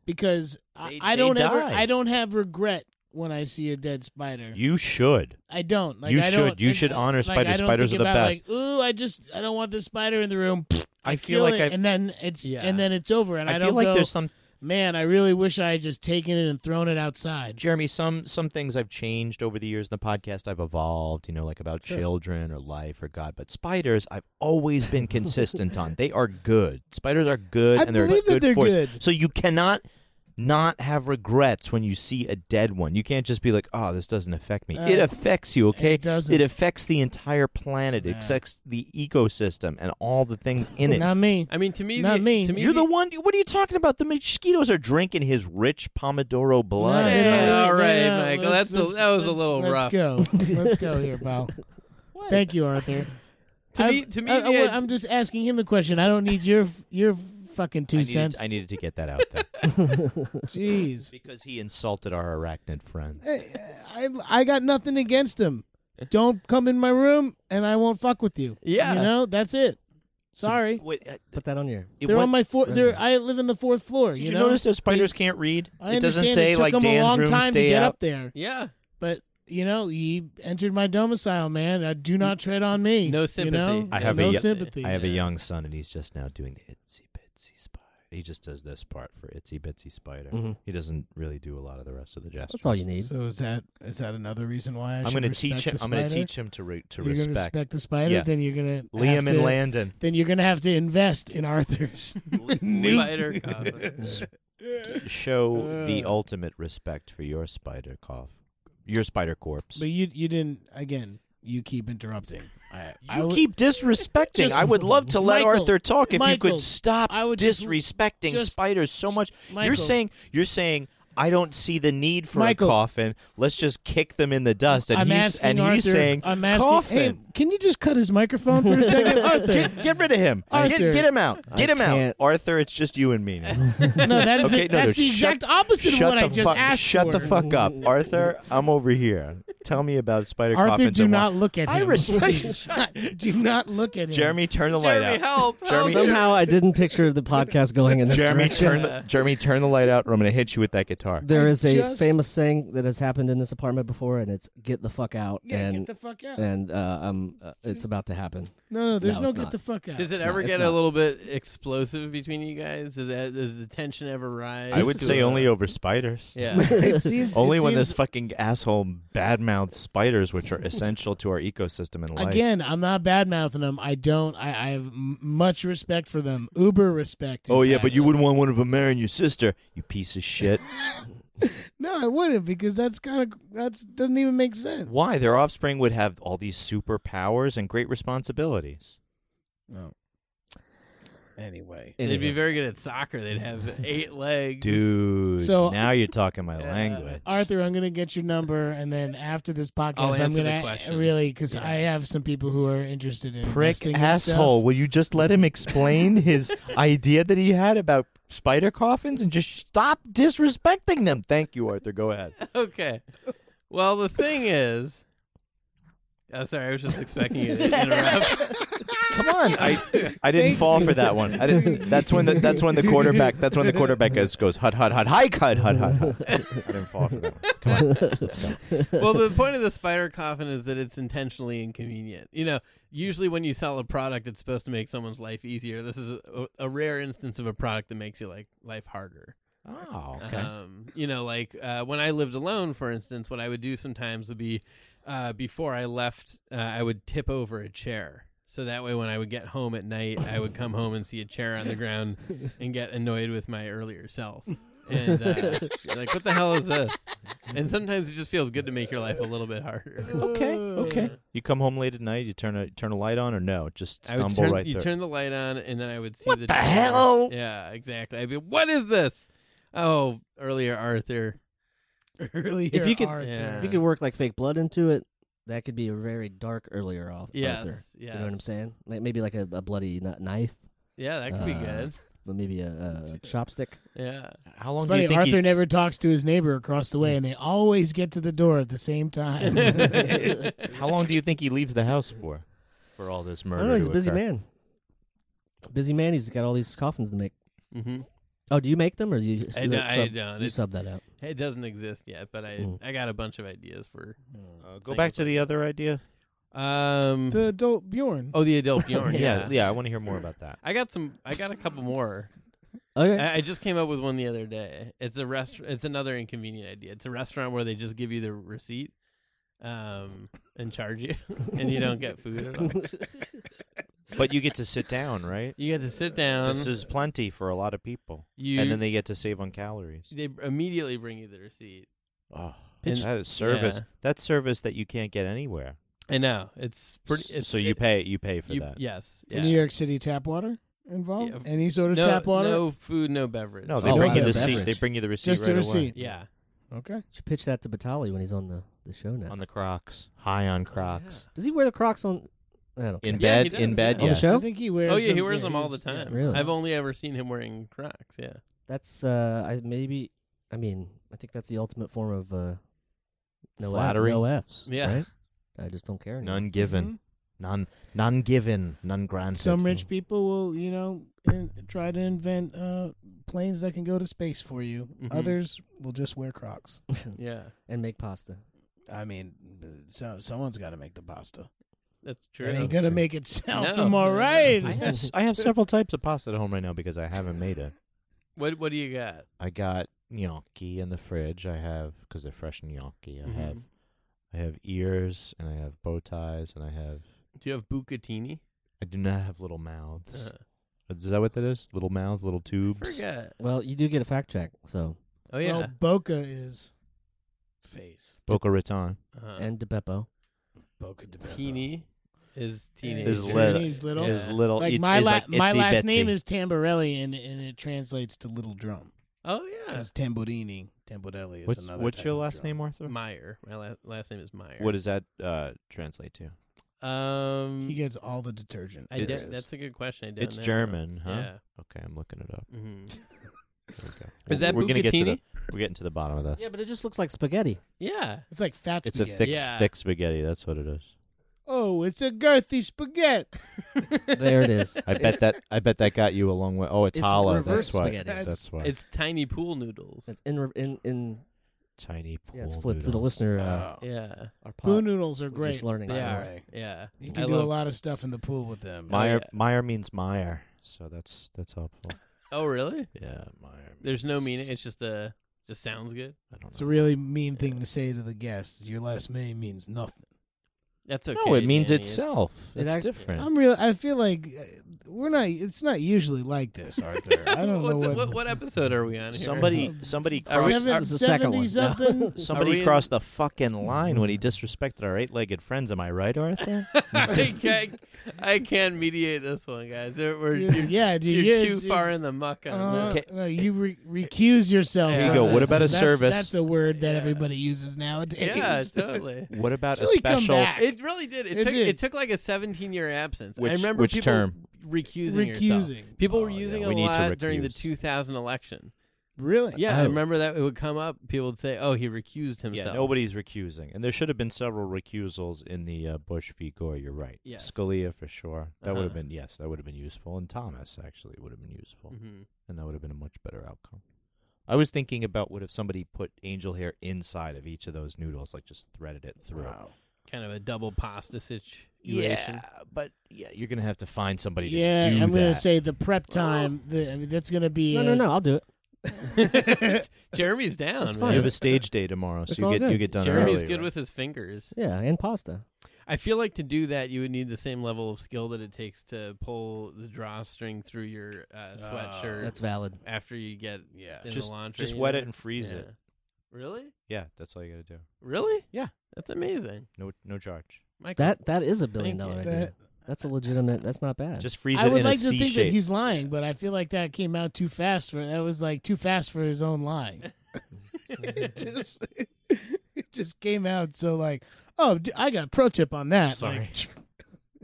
C: Because
A: They-
C: I, I
A: they
C: don't ever
A: die.
C: I don't have regret when I see a dead spider.
A: you should.
C: I don't. Like
A: You
C: I
A: should.
C: don't,
A: You
C: and,
A: should
C: uh,
A: honor
C: like,
A: spiders.
C: I don't
A: Spiders
C: think
A: are the
C: about,
A: best.
C: Like, ooh, I just I don't want this spider in the room.
A: I feel
C: Kill
A: like
C: it,
A: I've-
C: and then it's
B: Yeah.
C: and then it's over. And I,
A: I
C: don't
A: feel like
C: go,
A: there's some
C: man. I really wish I had just taken it and thrown it outside.
A: Jeremy, some some things I've changed over the years in the podcast. I've evolved, you know, like about children or life or God, but spiders I've always been consistent on. They are good. Spiders are good
C: I
A: and they're a
C: believe that
A: good
C: they're
A: force.
C: good.
A: So you cannot not have regrets when you see a dead one. You can't just be like, "Oh, this doesn't affect me."
C: Uh,
A: it affects you, okay?
C: it doesn't.
A: It affects the entire planet. It
E: Nah.
A: affects the ecosystem and all the things in it.
C: Not me.
B: I mean, to me,
C: Not
B: the,
C: me.
B: To me,
A: You're the one. What are you talking about? The mosquitoes are drinking his rich pomodoro blood.
C: No,
B: Yeah,
C: no, no,
B: all
C: no,
B: right,
C: no,
B: Michael,
C: let's-
B: that's a-
C: let's-
B: that was a
C: let's-
B: little rough.
C: Let's go. Let's go here, pal. Thank you, Arthur.
B: To
C: I-
B: me, to me,
C: I,
B: the-
C: am just asking him the question. I don't need your your fucking two
A: I needed,
C: cents.
A: I needed to get that out there
C: Jeez,
A: because he insulted our arachnid friends.
C: I, I I got nothing against him. Don't come in my room, and I won't fuck with you.
B: Yeah.
C: you know that's it. Sorry,
A: Wait, uh,
D: Put that on your.
A: it
C: they're
A: wa-
C: on my fourth. They're I live in the fourth floor.
A: did
C: you
A: you,
C: know?
A: notice that spiders can't read?
C: I
A: it doesn't
C: understand
A: say
C: it took
A: like
C: him
A: Dan's
C: a long
A: room
C: time
A: stay
C: to get
A: out.
C: up there,
B: yeah,
C: but you know he entered my domicile, man. Uh, do not tread on me.
B: no
C: you
B: sympathy.
C: know?
A: I have
C: no
A: a-
C: sympathy.
A: I have a
B: Yeah.
A: young son and he's just now doing the itsy bitsy spider. He just does this part for itsy bitsy spider.
D: Mhm.
A: He doesn't really do a lot of the rest of the gestures.
D: That's all you need.
E: So is that is that another reason why I
A: I'm
E: going
A: gonna
E: to
A: teach him. I'm going to teach him to re- to
C: you're gonna
A: respect.
C: respect the spider,
A: Yeah.
C: then you're gonna have
A: Liam
C: to,
A: and Landon.
C: Then you're gonna have to invest in Arthur's.
B: spider coffin.
A: show the
C: Uh.
A: ultimate respect for your spider cough, your spider corpse.
C: But
A: you
C: you you didn't again.
E: You keep interrupting. I, I would-
A: keep disrespecting.
C: Just-
A: I would love to let
C: Michael,
A: Arthur talk if you
C: Michael,
A: could stop
C: I would just-
A: disrespecting
C: just-
A: spiders so much. You're
C: Michael.
A: saying you're saying I don't see the need for
C: Michael.
A: a coffin. Let's just kick them in the dust. And
C: I'm
A: he's
C: asking
A: and
C: Arthur.
A: he's saying
C: I'm asking. Hey,
A: coffin.
C: can you just cut his microphone for a second, Arthur?
A: Get, get rid of him. Get,
C: Arthur.
A: get him out. Get him out.
D: can't.
A: Arthur, it's just you and me now.
C: No, that is
A: Okay,
C: it.
A: no, no,
C: that's the
A: shut-
C: exact opposite of
A: Shut
C: what I
A: the
C: just
A: fuck,
C: asked
A: Shut
C: for.
A: the fuck up, Arthur. I'm over here. Tell me about spider
C: Arthur,
A: coffins
C: do
A: and why-
C: not look at him.
A: I respect.
C: do not look at him.
A: Jeremy, turn the light
B: Jeremy,
A: out.
B: help!
A: Jeremy-
B: help.
D: Somehow I didn't picture the podcast going in this
A: Jeremy,
D: direction.
A: turn the Jeremy, turn the light out, or I'm gonna hit you with that guitar.
D: There is a
C: just-
D: famous saying that has happened in this apartment before, and it's "get the fuck out."
C: Yeah,
D: and
C: get the fuck out.
D: and uh, um, uh, it's about to happen.
C: no, no, there's
D: No,
C: no,
D: it's
C: get
D: not.
C: the fuck out.
B: Does it
D: It's not-
B: ever
D: it's
B: get a
D: not.
B: little bit explosive between you guys? Does, that, does the tension ever rise?
A: I would
B: to
A: say
B: a-
A: only over spiders.
B: Yeah.
C: It seems,
A: Only
C: it
A: when this
C: seems,
A: fucking asshole badmouths spiders, which are essential to our ecosystem and life.
C: Again, I'm not bad mouthing them. I don't. I, I have m- much respect for them. Uber respect. in
A: oh yeah,
C: fact.
A: but you wouldn't want one of them marrying your sister, you piece of shit.
C: No, I wouldn't because that's kind of that's doesn't even make sense.
A: Why? Their offspring would have all these superpowers and great responsibilities.
E: No. Anyway,
B: They'd be
D: Anyway.
B: very good at soccer. They'd have eight legs.
A: Dude,
C: So- uh,
A: now you're talking my
B: Yeah.
A: language.
C: Arthur, I'm going to get your number, and then after this
B: I'll
C: podcast, I'm
B: answer
C: going
B: the
C: to
B: question.
C: really because I have some people who are interested in investing in stuff.
A: will you just let him explain his idea that he had about spider coffins and just stop disrespecting them? Thank you, Arthur. Go ahead.
B: Okay. Well, the thing is, Oh, sorry, I was just expecting you to interrupt.
A: Come on, I I didn't fall for that one. I didn't. That's when the that's when the quarterback that's when the quarterback goes goes hut hut hut hike hut hut hut. hut. I didn't fall for that. One. Come on, let's go.
B: well, the point of the spider coffin is that it's intentionally inconvenient. You know, usually when you sell a product, it's supposed to make someone's life easier. This is a, a rare instance of a product that makes your like life harder.
A: Oh, okay.
B: Um, you know, like uh, when I lived alone, for instance, what I would do sometimes would be uh, before I left, uh, I would tip over a chair. So that way, when I would get home at night, I would come home and see a chair on the ground and get annoyed with my earlier self. And uh, you're like, what the hell is this? And sometimes it just feels good to make your life a little bit harder.
A: Okay, okay. You come home late at night. You turn a turn a light on, or no? Just
B: I would
A: stumble
B: turn,
A: right
B: you
A: through.
B: turn the light on, and then I would see
A: What
B: the,
A: the
B: chair.
A: hell?
B: Yeah, exactly. I'd be, what is this? Oh, earlier Arthur.
C: Earlier
D: If you could-
C: art
B: Yeah.
C: there.
D: If you could work like fake blood into it, that could be a very dark earlier off.
B: Yes,
D: Arthur. You know what I'm
B: yes.
D: saying? Like maybe like a, a bloody kn- knife,
B: Yeah, that could be
D: Uh,
B: good.
D: but maybe a, a chopstick.
B: Yeah.
A: How long
C: It's
A: do you
C: funny.
A: think?
C: Arthur
A: He,
C: never talks to his neighbor across the way, and they always get to the door at the same time.
A: how long do you think he leaves the house for? For all this
D: I
A: murder.
D: don't know. He's
A: to
D: a busy
A: occur?
D: man. Busy man. He's got all these coffins to make.
B: hmm
D: Oh, do you make them or do you?
B: I
D: you
B: don't- I
D: sub-
B: don't.
D: You
B: It's-
D: sub that out.
B: It doesn't exist yet, but I
D: Mm.
B: I got a bunch of ideas for
A: Uh, go back to the other idea.
B: um
C: the adult Bjorn.
B: oh the adult Bjorn.
A: yeah,
B: yeah.
A: I want to hear more about that.
B: I got some. I got a couple more.
D: Okay.
B: I, I just came up with one the other day. It's a rest. It's another inconvenient idea. It's a restaurant where they just give you the receipt, um, and charge you, and you don't get food at all.
A: But you get to sit down, right?
B: You get to sit down.
A: This is plenty for a lot of people,
B: Um, you
A: and then they get to save on calories.
B: they immediately bring you the receipt.
A: Oh,
B: Pitch-
A: that is service.
B: yeah.
A: That's service that you can't get anywhere.
B: I know it's
A: S-
B: pretty. It's,
A: so you
B: it-
A: pay you pay for
B: you-
A: that.
B: Yes.
C: In New York City tap water involved?
B: Yeah.
C: Any sort of
B: no,
C: tap water?
B: no food, no beverage.
A: No, they
D: Oh,
A: bring
D: wow.
A: you the
D: Yeah,
A: receipt. They
D: beverage.
A: bring you the receipt
C: Just
A: right
C: a
A: away
C: receipt.
B: Yeah.
C: Okay.
D: Should pitch that to Batali when he's on the, the show next.
A: on the Crocs. High on Crocs.
D: Does he wear the Crocs on? I don't.
A: In
B: Yeah, he
A: bed, in
B: does,
A: bed,
B: yeah.
A: yeah.
D: On the show?
C: I think he wears
B: Oh yeah, he
C: them-
B: wears them all the
C: he's- yeah.
B: time.
D: Really?
B: I've only ever seen him wearing Crocs. Yeah.
D: That's uh, I maybe. I mean, I think that's the ultimate form of uh, no
A: Flattery.
D: F, no F's.
B: Yeah.
D: right? I just don't care anymore.
A: None given,
B: Mm-hmm.
C: Mhm.
A: none none given, none granted.
C: Some rich people will, you know, in, try to invent uh, planes that can go to space for you.
B: Mhm.
C: Others will just wear Crocs.
B: Yeah.
D: and make pasta.
E: I mean, so someone's got to make the pasta.
B: That's true.
C: It ain't gonna make itself.
B: No.
C: I'm all
A: I
C: right.
A: have, s- I have several types of pasta at home right now because I haven't made it.
B: What What do you got?
A: I got gnocchi in the fridge. I have because they're fresh gnocchi. I
B: Mhm.
A: have I have ears and I have bow ties and I have
B: Do you have bucatini?
A: I do not have little mouths.
B: Uh,
A: Is that what that is? Little mouths, little tubes.
B: forget.
D: Well, you do get a fact check, so
B: Oh yeah.
C: Well, Boca is.
E: Face.
A: Boca Raton.
B: uh,
C: Uh-huh.
D: and DePepo.
E: Boca de Beppo.
B: teeny is teeny.
A: Is
C: Teeny
A: little.
C: is little.
B: Yeah.
A: Is little.
C: Like
A: it's,
C: my
A: is
C: la-
A: like
C: my
A: itsy
C: last
A: bitsy.
C: name is Tamborelli, and and it translates to little drum
B: Oh yeah.
E: Because Tamburini, Tamborelli is
A: What's,
E: another.
A: what's
E: type
A: your
E: of
A: last
E: drum.
A: name, Arthur?
B: Meyer. My la- last name is Meyer.
A: What does that uh, translate to?
B: Um.
C: He gets all the detergent.
B: I
A: It's-
B: don't- that's a good question. I don't
A: It's
B: know.
A: German, huh?
B: Yeah.
A: Okay, I'm looking it up.
B: hmm
A: There we go.
B: Is that
A: we're gonna get to the
B: bucatini?
A: we're getting to the bottom of this.
D: Yeah, but it just looks like spaghetti.
B: Yeah.
C: It's like fat
A: It's a
C: spaghetti.
A: thick,
B: Yeah.
A: thick spaghetti. That's what it is.
C: Oh, it's a girthy spaghetti.
D: There it is.
A: I bet that I bet that got you a long way. Oh, it's,
D: it's
A: hollow.
D: reverse
A: that's why.
D: spaghetti.
A: That's,
C: That's-
A: why.
B: It's tiny pool noodles.
D: It's in re- in in.
A: tiny pool.
D: Yeah, it's flipped for the
A: noodle.
D: listener. Uh,
E: Oh,
B: yeah.
D: our pod.
C: Boo noodles are
D: We're
C: great.
D: Just learning.
E: by
B: They
E: the
D: something.
B: are.
E: way,
B: Yeah.
C: You
B: I
C: can do a
B: love-
C: lot of stuff in the pool with them.
A: Meyer
B: Oh, yeah.
A: Meyer means Meyer, so that's that's helpful.
B: Oh really?
A: Yeah, Meyer.
B: There's no
A: means-
B: meaning. It's just uh just sounds good.
A: I don't know.
C: It's a really mean thing to say to the guests. Your last name means nothing.
B: That's okay.
A: no, it means
B: Danny.
A: itself.
D: It
A: It's
D: act-
A: different.
C: I'm real. I feel like uh, we're not. It's not usually like this, Arthur. I don't know
B: What's-
C: what.
B: what. What episode are we on here?
A: somebody somebody
B: Are we-
A: crossed
C: seven-
D: this is the second
C: 70
D: one. No.
C: something.
B: Are we
A: somebody
B: in-
A: crossed the fucking line when he disrespected our eight-legged friends. Am I right, Arthur?
B: I can't, I can't mediate this one, guys. We're, we're-
C: Dude,
B: you're,
C: yeah, dude.
B: you're
C: yeah,
B: too
C: it's-
B: far
C: it's-
B: in the muck on
C: uh,
B: this.
A: Okay.
C: no, you re- recuse yourself.
B: There you
C: from
B: go. What
C: this.
A: about a
C: That's-
A: service?
C: That's a word that
B: Yeah.
C: everybody uses nowadays.
B: Yeah, totally.
A: What about
C: really
A: a
C: come
A: special?
C: back.
B: It really did. It,
C: It
B: took
C: did.
B: it took like a 17 year absence. I
A: Which-
B: remember
A: which
B: people
A: term?
B: recusing. yourself.
C: Recusing.
B: People
A: Oh,
B: were using
A: yeah, we
B: it a
A: need to
B: lot during the
A: recuse.
B: 2000 election.
C: Really?
B: Yeah, I
D: Oh.
B: remember that it would come up. People would say, "Oh, he recused himself."
A: Yeah, nobody's recusing, and there should have been several recusals in the uh, Bush v. Gore. You're right.
B: Yes.
A: Scalia for sure. That would have
B: Uh-huh.
A: been yes. That would have been useful, and Thomas actually would have been useful,
B: Mhm.
A: and that would have been a much better outcome. I was thinking about what if somebody put angel hair inside of each of those noodles, like just threaded it through.
B: Kind of a double pasta situation.
A: Yeah, but yeah, you're gonna have to find somebody.
C: Yeah,
A: to do
C: I'm gonna
A: that.
C: say the prep time. The, I mean, that's gonna be
D: No,
C: a-
D: no, no. I'll do it.
B: Jeremy's down.
D: It's
A: you
B: man.
A: have a stage day tomorrow,
D: It's
A: so
D: all
A: you get
D: good.
A: you get done
B: Jeremy's
A: early.
B: good
A: right?
B: with his fingers.
D: Yeah, and pasta.
B: I feel like to do that, you would need the same level of skill that it takes to pull the drawstring through your uh, sweatshirt
D: That's valid.
B: after you get
E: Yeah.
B: in
A: Just-
B: the laundry.
A: just
B: you
A: wet
B: know?
A: it and freeze it.
B: Yeah. Really?
A: Yeah, that's all you gotta do.
B: Really?
A: Yeah.
B: That's amazing.
A: No, no charge.
B: Michael.
D: That that is a billion
B: Thank
D: dollar
B: you.
D: idea.
C: That-
D: That's a legitimate. That's not bad.
A: Just freeze
C: I
A: it
C: would
A: in
C: like
A: a
C: to
A: C
C: think
A: shape.
C: that he's lying, but I feel like that came out too fast for that was like too fast for his own lie. it just it just came out so like, oh, d- I got a pro tip on that.
A: Sorry.
C: Like,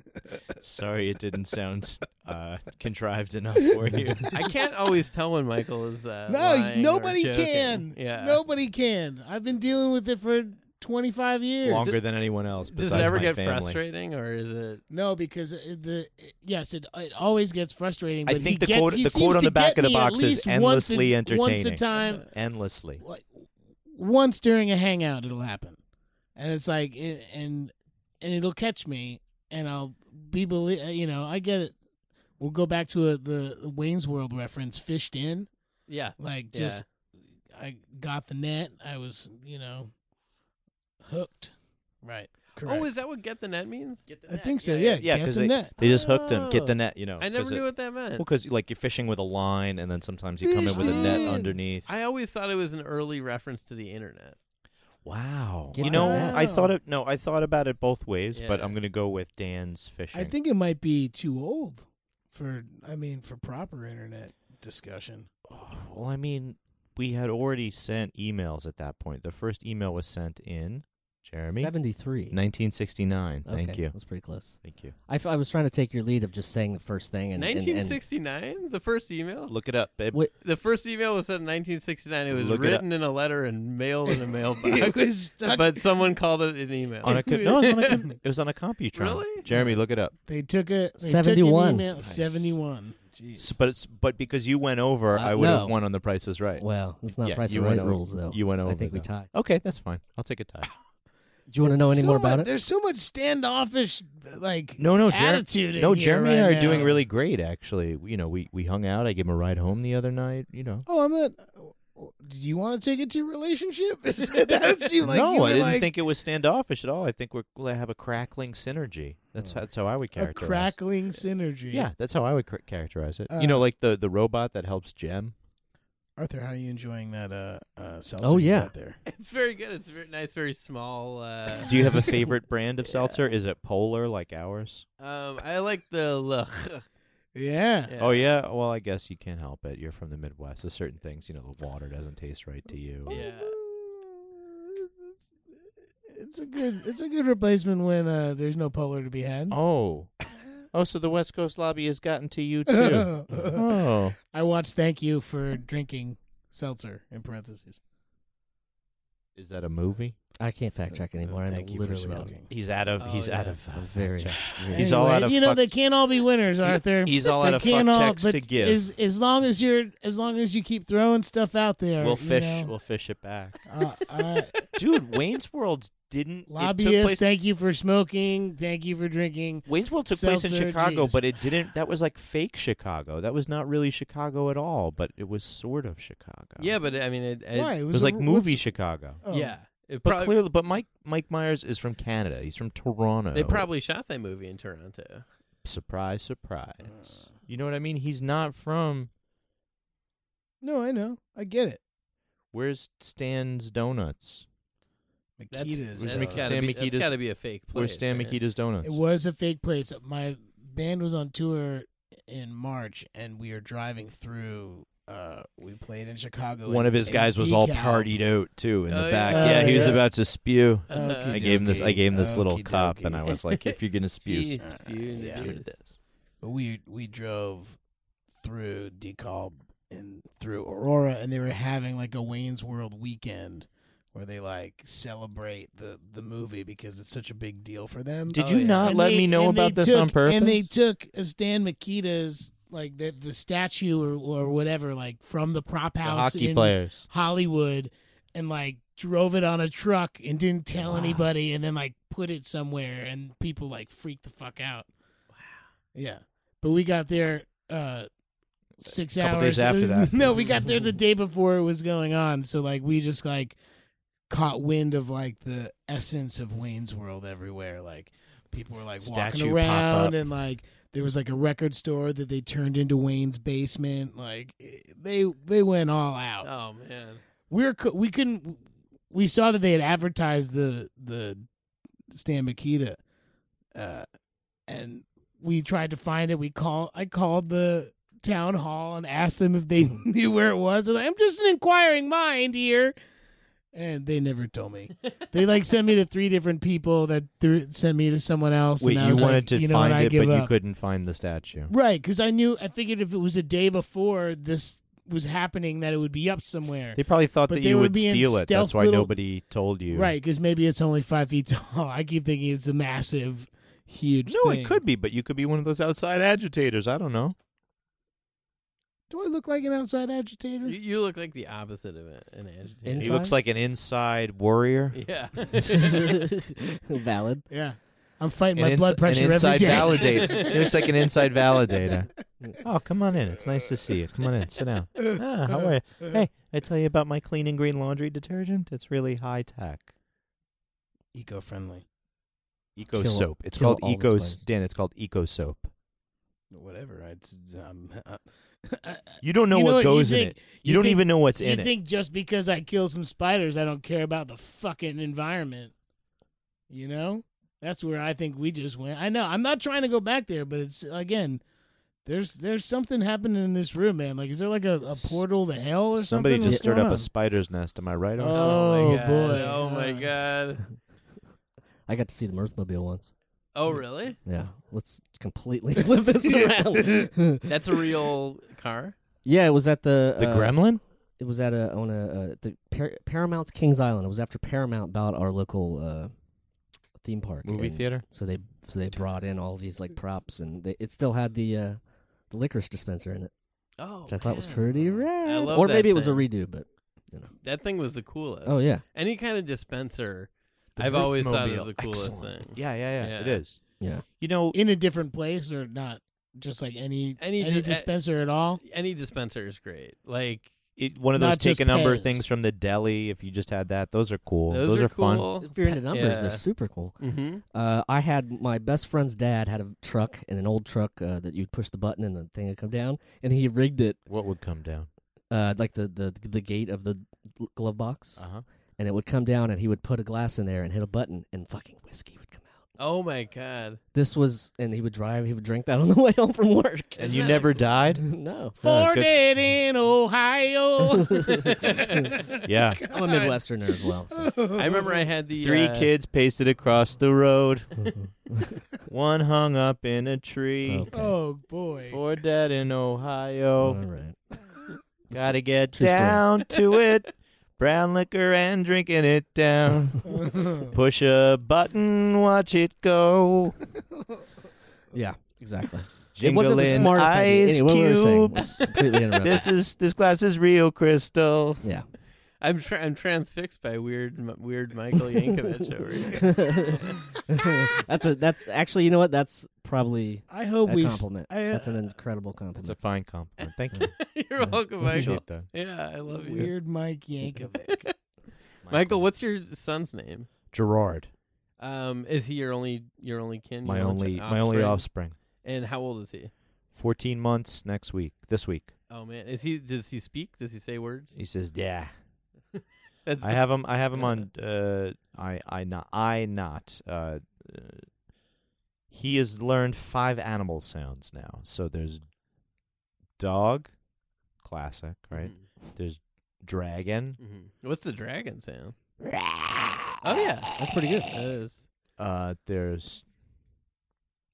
A: Sorry, it didn't sound uh, contrived enough for you.
B: I can't always tell when Michael is. Uh,
C: no,
B: lying or
C: nobody
B: joking.
C: can.
B: Yeah.
C: Nobody can. I've been dealing with it for 25 years.
A: Longer than anyone else.
B: Does
A: Besides
B: it ever
A: my
B: get
A: family.
B: frustrating, or is it?
C: No, because it- the yes, it it always gets frustrating.
A: I
C: But
A: think
C: he
A: the
C: get-
A: quote-
C: he
A: the
C: seems
A: quote on
C: to
A: the back of
C: get
A: the
C: me at
A: box is
C: least once
A: endlessly
C: a- Once a
A: entertaining.
C: time,
A: Endlessly.
C: like, once during a hangout it'll happen and it's like it, and and it'll catch me and i'll be belie- uh, you know i get it we'll go back to a, the, the wayne's world reference fished in
B: Yeah.
C: like just i got the net i was you know hooked right correct
B: Oh, is that what get the net means? Get the
C: i think so yeah
A: Yeah,
C: get
A: because
C: the
A: they,
C: net
A: they just hooked him.
B: Oh.
A: Get the net, you know.
B: I never
A: 'cause it-
B: knew what that meant.
A: Well, because like you're fishing with a line, and then sometimes you come in with a net
C: Fishing.
A: underneath.
B: I always thought it was an early reference to the internet.
A: Wow.
D: Get
A: you
D: the
A: know,
D: net.
A: I thought it. No, I thought about it both ways, but
B: Yeah.
A: I'm gonna go with Dan's fishing.
C: i think it might be too old
E: for I mean for proper internet discussion.
A: Well, I mean, we had already sent emails at that point. The first email was sent in Jeremy,
D: seventy three.
A: 1969. Thank you.
D: That's pretty close.
A: Thank you.
D: I, f- I was trying to take your lead of just saying the first thing and and- and-
B: 1969, the first email.
A: Look it up, babe.
D: Wait,
B: The first email was sent in 1969. It was
A: Look it
B: written in a letter and mailed in a
E: It
B: mailbox,
E: was stuck.
B: but someone called it an email.
A: on a co- no, it was on a, com- it was on a computron.
B: Really?
A: Jeremy, look it up.
C: they took a they
D: 71.
C: took an email,
A: Nice.
C: 71
A: S- but it's but because you went over,
D: Uh,
A: I would
D: no.
A: have won on the Price is Right.
D: well, it's not
A: Yeah,
D: price
A: you
D: and right
A: went over-
D: rules though.
A: you went
D: I
A: over,
D: think we
A: though.
D: tied.
A: Okay, that's fine. I'll take a tie.
D: Do you want to know any
C: so
D: more
C: much-
D: about it?
C: There's so much standoffish, like
A: No, no, Jer-
C: attitude. in
A: no,
C: here
A: Jeremy
C: right
A: and I are
C: now.
A: doing really great. Actually, you know, we we hung out. I gave him a ride home the other night. You know,
C: Oh, I'm not. Do you want to take it to your relationship? that seemed like you
A: no,
C: were
A: I didn't
C: like
A: think it was standoffish at all. I think we're gonna have a crackling synergy. That's how, that's how I would
C: Mm. a
A: characterize. it.
C: crackling synergy.
A: Yeah, that's how I would cr- characterize it. you
C: Uh,
A: know, like the the robot that helps Jem.
E: Arthur, how are you enjoying that uh uh seltzer
D: Oh,
E: you
D: yeah.
E: got there?
B: It's very good. It's very nice, very small. Uh,
A: Do you have a favorite brand of seltzer? Is it polar like ours?
B: um, I like the look.
C: yeah.
A: Oh yeah. Well, I guess you can't help it. You're from the Midwest. There's certain things, you know, the water doesn't taste right to
C: Oh,
A: you.
B: Yeah.
C: It's a good. It's a good replacement when uh, there's no polar to be had.
A: Oh. Oh, so the West Coast lobby has gotten to you too. oh.
C: I watched. Thank you for drinking seltzer in parentheses.
A: Is that a movie?
D: I can't fact check anymore.
C: uh,
D: I'm
E: Thank you for
D: literally out.
E: smoking.
A: He's out of
B: Oh,
A: he's out
B: yeah.
A: of
D: I'm very.
A: He's all
C: Anyway,
A: out of
C: You know
A: fuck-
C: they can't all be winners, Arthur.
A: he's all
C: They
A: out of fuck
C: can't all-
A: checks
C: but
A: to give.
C: As, as long as you're, as long as you keep throwing stuff out there,
A: we'll
C: you
A: fish
C: know.
A: we'll fish it back.
C: uh, uh,
A: Dude, Wayne's World didn't it took
C: lobbyists,
A: place
C: thank you for smoking. Thank you for drinking.
A: Wayne's World took place
C: Seltzer,
A: in Chicago,
C: geez.
A: but it didn't. That was like fake Chicago. That was not really Chicago at all, but it was sort of Chicago.
B: Yeah, but I mean, it, it,
C: Why?
A: it was
C: a-
A: like movie
C: what's-
A: Chicago.
C: oh.
B: Yeah. It
A: But
B: prob-
A: clearly, but Mike Mike Myers is from Canada. He's from Toronto.
B: they probably shot that movie in Toronto.
A: surprise,
B: Uh.
A: surprise. You know what I mean? He's not from.
C: No, I know. I get it.
A: Where's Stan's Donuts?
B: That's,
E: Makita's.
A: Where's
B: that's
A: Mc-
B: gotta
A: Stan
B: be,
A: Mikita's-
B: That's got to be a fake place.
A: Where's Stan
B: right?
A: Mikita's Donuts?
C: It was a fake place. My band was on tour in March,
E: and we are driving through. Uh, we played in Chicago. in-
A: One of his
E: in
A: guys was all
E: decal.
A: partied out too in
B: Oh,
A: the
B: yeah.
A: back.
C: Oh,
A: yeah, he was
C: yeah.
A: about to spew.
B: Uh,
A: I
C: Oh,
E: Okey
A: gave him this. I
E: dokey,
A: gave him this little
E: okey
A: cup, and
E: dokey.
A: I was like, "If you're gonna spew,
B: Jeez,
A: s-
B: spew
E: yeah.
B: into
A: do
B: this.
A: this."
E: But we we drove through DeKalb and through Aurora, and they were having like a Wayne's World weekend where they like celebrate the the movie because it's such a big deal for them.
A: Did
B: Oh,
A: you
B: yeah.
A: not
C: And
A: let
C: they-
A: me know
C: and they
A: about this
C: took-
A: on purpose?
C: And they took a Stan Makita's like the the statue or or whatever like from the prop
A: the
C: house
A: hockey
C: in
A: players.
C: Hollywood and like drove it on a truck and didn't tell anybody and then like put it somewhere and people like freaked the fuck out.
E: yeah,
C: But we got there uh six
A: Couple
C: hours
A: days after that.
C: no, we got there the day before it was going on. So like we just like caught wind of like the essence of Wayne's World everywhere. Like people were like
A: Statue
C: walking
A: pop up.
C: around and like there was like a record store that they turned into Wayne's basement. Like it- they they went all out
B: Oh man.
C: we were co- we couldn't we saw that they had advertised the the Stan Makita, uh, and we tried to find it. We call I called the town hall and asked them if they knew where it was. And I'm just an inquiring mind here, and they never told me. they like sent me to three different people that threw, sent me to someone else.
A: Wait,
C: and I
A: you
C: was
A: wanted
C: like,
A: to
C: you know
A: find
C: what, I
A: it,
C: give
A: but you
C: up.
A: couldn't find the statue.
C: right? Because I knew I figured if it was a day before this was happening, that it would be up somewhere.
A: They probably thought
C: But
A: that
C: they
A: you
C: were
A: would
C: being
A: steal it. That's
C: stealth
A: why
C: little-
A: nobody told you.
C: Right, because maybe it's only five feet tall. I keep thinking it's a massive, huge.
A: No,
C: thing.
A: it could be, but you could be one of those outside agitators. I don't know.
C: Do I look like an outside agitator?
B: You, you look like the opposite of it, an agitator.
A: He
D: Inside?
A: looks like an inside warrior.
B: yeah.
D: Valid.
C: Yeah, I'm fighting
A: An
C: my
A: ins-
C: blood pressure
A: an
C: every
A: inside
C: day.
A: validator. he looks like an inside validator. Oh, come on in. It's nice to see you. Come on in. Sit down. Ah, how are you? Hey, I tell you about my clean and green laundry detergent. It's really high tech.
E: eco friendly,
A: Eco
D: Kill-
A: soap. It's
D: kill
A: called
D: all the
A: Eco
D: spiders.
A: Dan, it's called Eco soap.
E: whatever. It's um,
A: You don't know
C: You know
A: what
C: what, you
A: goes in
C: think-
A: it. You,
C: you
A: don't
C: think-
A: even know what's
C: you
A: in
C: think just because I kill some spiders, I don't care about the fucking environment? You know, that's where I think we just went. I know I'm not trying to go back there, but it's again. There's there's something happening in this room, man. Like, is there like a, a portal to hell or
A: it. Somebody
C: something?
A: just
C: What's
A: stirred
C: going
A: up a
C: on?
A: spider's nest. Am I right? on that?
B: oh
C: Oh,
B: my god.
C: boy.
B: Oh my god.
D: I got to see the Mirthmobile once.
B: Oh really?
D: Yeah, let's completely flip this around.
B: That's a real car?
D: yeah, it was at the
A: the
D: uh,
A: gremlin?
D: It was at a on a uh, the Par- Paramount's Kings Island. It was after Paramount bought our local uh, theme park
A: Movie
D: and
A: theater?
D: So they so they brought in all these like props, and they, it still had the uh, the licorice dispenser in it,
B: Oh.
D: which I thought was
B: man.
D: pretty rad.
B: love
D: or
B: that
D: maybe it was a
B: thing.
D: redo, but
B: That thing was the coolest.
D: oh yeah,
B: Any kind of dispenser
A: The
B: I've always thought it was
A: Riffmobile.
B: the coolest
A: Excellent.
B: thing.
A: Yeah, yeah, yeah, It
B: Yeah.
A: is.
D: yeah.
A: You know,
C: in a different place or not? Just like any
B: Any
C: any, eh,
B: di-
C: dispenser at all.
B: Any dispenser is great. Like
A: it, one of those
C: Not
A: take
C: just
A: a number
C: pens.
A: things from the deli. If you just had that, those are cool.
B: those,
A: are, fun.
B: cool.
D: If you're into numbers, they're
B: Yeah.
D: super cool.
B: Mm-hmm.
D: Uh, I had my best friend's dad had a truck and an old truck uh, that you'd push the button and the thing would come down, and he rigged it
A: What would come down?
D: uh, like the, the the gate of the glove box,
A: Uh huh.
D: and it would come down, and he would put a glass in there and hit a button, and fucking whiskey would come out.
B: Oh my god.
D: This was, and he would drive, he would drink that on the way home from work.
A: And
B: Isn't
A: you
B: that
A: never
B: the-
A: died? Oh,
D: no,
C: Four
A: good-
C: dead in Ohio.
A: Yeah.
D: I'm a Midwesterner as well. so.
B: I remember I had the
A: Three
B: uh,
A: kids pasted across the road. Mm-hmm. One hung up in a tree.
D: Okay.
C: oh boy.
A: Four dead in
D: All
A: Ohio.
D: right.
A: Gotta get
D: true story.
A: down to it. Brown liquor and drinking it down. Push a button, watch it go.
D: Yeah, exactly.
A: Jingle
D: it wasn't the
A: in
D: smartest idea.
A: ice
D: Anyway, what we were
A: cubes.
D: saying. Completely interrupted.
A: this is this glass is real crystal.
D: yeah.
B: I'm tra- I'm transfixed by weird m- weird Michael Yankovic over here.
D: that's a that's actually you know what that's probably
C: I hope
D: a
C: we.
D: compliment.
C: I, uh,
D: that's an incredible
A: It's a
D: compliment.
A: fine compliment. Thank you.
B: You're welcome, Michael.
A: Appreciate that.
B: Yeah, I love you.
C: Weird Mike Yankovic.
B: Michael, what's your son's name?
A: Gerard?
B: Um, is he your only your only kin?
A: My
B: your
A: only
B: chi-
A: my only offspring.
B: And how old is he?
A: Fourteen months next week. This week.
B: Oh man, is he? Does he speak? Does he say words?
A: He says, "Yeah."
B: That's
A: I have him. I have him on. Uh, I I not. I not. Uh, uh, he has learned five animal sounds now. So there's dog, classic, right? There's dragon.
B: Mm-hmm. What's the dragon sound? Oh yeah,
D: That's pretty good.
B: that is.
A: Uh, there's.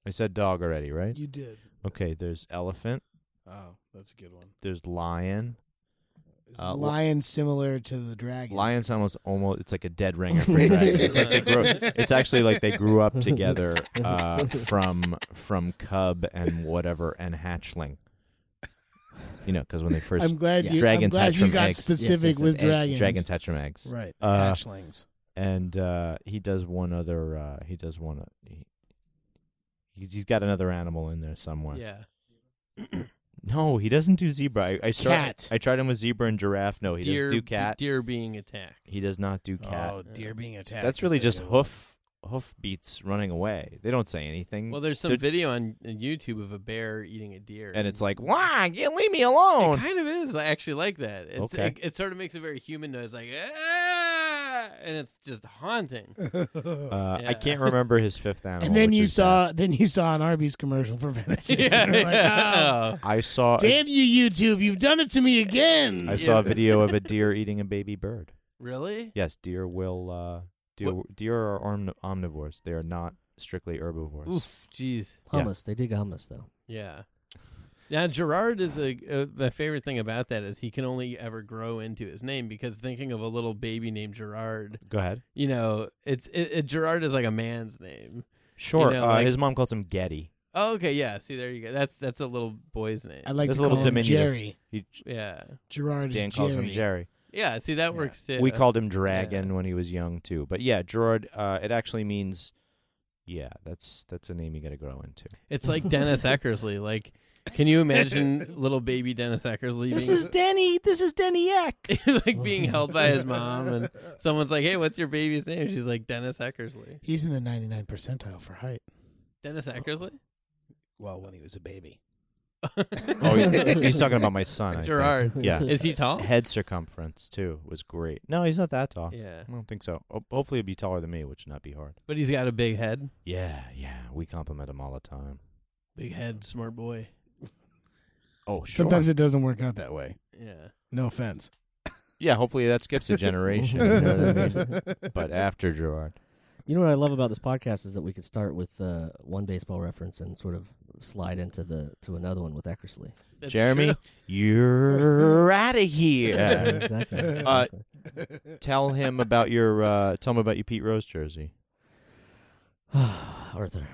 A: I said dog already, right?
C: You did.
A: Okay. There's elephant.
E: Oh, that's a good one.
A: There's lion.
E: Is
A: Uh, li-
C: Lion similar to the dragon.
A: Lion's almost almost. It's like a dead ringer for dragon. It's like they grew. It's actually like they grew up together uh, from from cub and whatever and hatchling. You know, because when they 1st
C: I'm glad
D: Yeah.
C: you. I'm
A: Dragons
C: glad
A: hatch
C: you
A: from
C: got
A: eggs.
C: specific
D: Yes, yes,
C: with
D: yes, eggs.
C: dragons.
A: dragons hatch from eggs.
E: right.
A: Uh,
E: Hatchlings.
A: and uh, he does one other. Uh, he does one. o- He, he's he's got another animal in there somewhere.
B: Yeah.
A: No, he doesn't do zebra. I, I start,
C: Cat.
A: I tried him with zebra and giraffe. No, he
B: deer,
A: does do cat.
B: Deer being attacked.
A: He does not do cat.
E: Oh, deer being attacked.
A: That's
E: is
A: really
E: a
A: just
E: good one.
A: hoof hoof beats running away. They don't say anything.
B: Well, there's some
A: Did-
B: video on on YouTube of a bear eating a deer,
A: and it's like, why? You leave me alone.
B: It kind of is. I actually like that. It's,
A: Okay.
B: it, it sort of makes a very human noise, like "Ah!" and it's just haunting.
A: Uh, I
B: Yeah.
A: can't remember his fifth animal.
C: and then
A: which
C: you
A: is
C: saw then you saw an Arby's commercial for venison.
B: yeah,
C: You're like, "Ah,
B: yeah.
A: that. I saw. A,
C: Damn you, YouTube! You've done it to me again.
A: I saw
B: Yeah.
A: a video of a deer eating a baby bird.
B: really?
A: Yes, deer will. Uh, deer, deer are omni- omnivores. They are not strictly herbivores.
B: Oof, jeez.
A: Yeah.
D: Hummus. They dig hummus though.
B: Yeah. Now Gerard is a uh, my favorite thing about that is he can only ever grow into his name because thinking of a little baby named Gerard,
A: Go ahead.
B: you know, it's it, it, Gerard is like a man's name.
A: Sure.
B: know,
A: uh,
B: like-
A: his mom calls him Getty.
B: Oh, okay, yeah. See, there you go. That's that's a little boy's name.
C: I like
A: That's
C: to
A: a little
C: call him
A: diminutive.
C: Jerry.
A: He,
B: yeah,
C: Gerard
A: Dan
C: is
A: calls
C: Jerry.
A: him Jerry.
B: yeah. See, that
E: Yeah.
B: works too.
A: We called him Dragon
B: Yeah.
A: when he was young too. But yeah, Gerard. Uh, it actually means. Yeah, that's that's a name you got to grow into.
B: It's like Dennis Eckersley. Like, can you imagine little baby Dennis Eckersley
A: Denny. This is Denny Eck.
B: being, like being held by his mom, and someone's like, "Hey, what's your baby's name?" She's like, "Dennis Eckersley."
C: He's in the 99 percentile for height.
B: Dennis Eckersley.
E: Well, when he was a baby.
A: Oh, yeah. he's talking about my son. I think.
B: Gerard.
A: Yeah.
B: Is he tall?
A: Head circumference too was great. No, he's not that tall.
B: Yeah,
A: I don't think so. Ho- hopefully, he'd be taller than me, which would not be hard.
B: but he's got a big head.
A: Yeah, yeah. We compliment him all the time.
B: Big head, smart boy.
A: Oh, sure.
C: Sometimes it doesn't work out that.
E: That way.
B: Yeah.
E: No offense.
A: yeah. Hopefully, that skips a generation. you know what I mean? But uh, after Gerard,
D: You know what I love about this podcast is that we could start with uh, one baseball reference and sort of slide into the to another one with Eckersley.
B: That's
A: Jeremy,
B: true.
A: you're out of here.
D: exactly.
A: Uh,
D: exactly.
A: tell him about your uh, tell him about your Pete Rose jersey.
D: Arthur.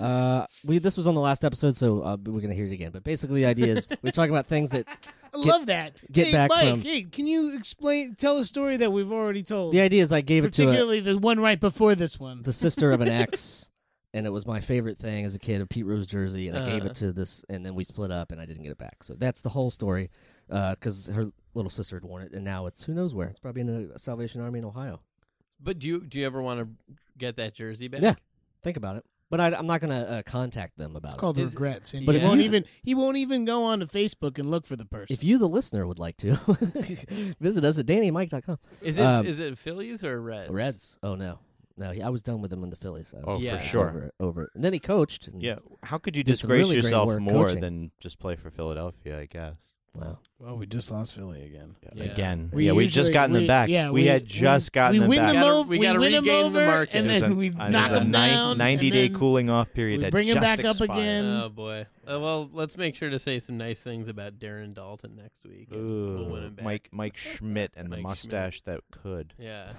D: Uh, we this was on the last episode, so uh, we're gonna hear it again. But basically, the idea is we're talking about things that
C: I love that.
D: get
C: hey,
D: back
C: Mike,
D: from-
C: hey, can you explain? Tell a story that we've already told.
D: the idea is I gave it to a,
C: particularly the one right before this one.
D: the sister of an ex, and it was my favorite thing as a kid, a Pete Rose jersey, and I gave
B: Uh.
D: it to this, and then we split up, and I didn't get it back. So that's the whole story, because her little sister had worn it, and now it's who knows where. It's probably in a Salvation Army in Ohio.
B: But do you do you ever want to get that jersey back?
D: Yeah, think about it. But I, I'm not gonna uh, contact them about
C: It's
D: it.
C: called
B: Is-
C: regrets, and
B: But
C: he
B: if
C: won't
B: you-
C: even he won't even go on to Facebook and look for the person.
D: If you, the listener, would like to visit us at DannyMike.com.
B: Is it is
D: Um,
B: it Phillies or Reds?
D: Reds. Oh no, no. He, I was done with him in the Phillies. I was
A: Oh,
B: for Yeah.
A: sure.
D: Over, it- over it. And then he coached. and-
A: Yeah. How could you
D: Did some
A: disgrace
D: really great
A: yourself
D: work
A: more
D: coaching.
A: than just play for Philadelphia? I guess.
D: Wow.
E: Well, we just lost Philly again.
B: Yeah.
A: Again.
C: We
A: yeah, we
C: usually-
A: just gotten
C: we-
A: them back.
C: yeah,
A: we,
C: we-
A: had just
C: we-
A: gotten
C: we
A: them
C: win
A: back.
C: them
B: Gotta-
C: over.
B: we
C: We,
B: gotta
C: win them
B: regain the
C: over,
B: market.
C: and
A: There's
C: then
A: a-
C: we
A: uh, there's
C: knock
A: a
C: them
A: nine-
C: down.
A: 90
C: and
A: day
C: then
A: cooling off period
C: we
A: had
C: bring 'em
A: just
C: back up
A: expired.
C: again.
B: Oh boy. Uh, well, let's make sure to say some nice things about Darren Dalton next week. and we'll win him
A: Ooh,
B: back.
A: Mike Mike Schmidt and the
B: Mike Schmidt.
A: mustache that could.
B: Yeah.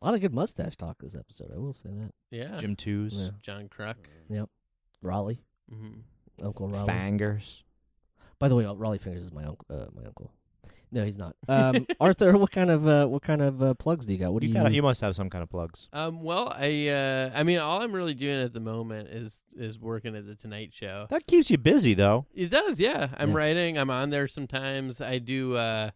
D: A lot of good mustache talk this episode. I will say that.
B: Yeah.
A: Jim Twos,
D: Yeah.
B: John Cruck.
D: Raleigh,
A: Mm.
B: Mm-hmm.
D: Uncle Raleigh.
A: Fangers.
D: By the way, uh, Raleigh Fingers is my uncle. Uh, my uncle. No, he's not. Um, Arthur, what kind of uh, what kind of uh, plugs do you got? What do
A: You
D: you?
A: gotta, you must have some kind of plugs.
B: Um, well, I uh, I mean, all I'm really doing at the moment is is working at the Tonight Show.
A: That keeps you busy though.
B: It does, yeah. I'm
D: Yeah.
B: writing. I'm on there sometimes. I do. Uh,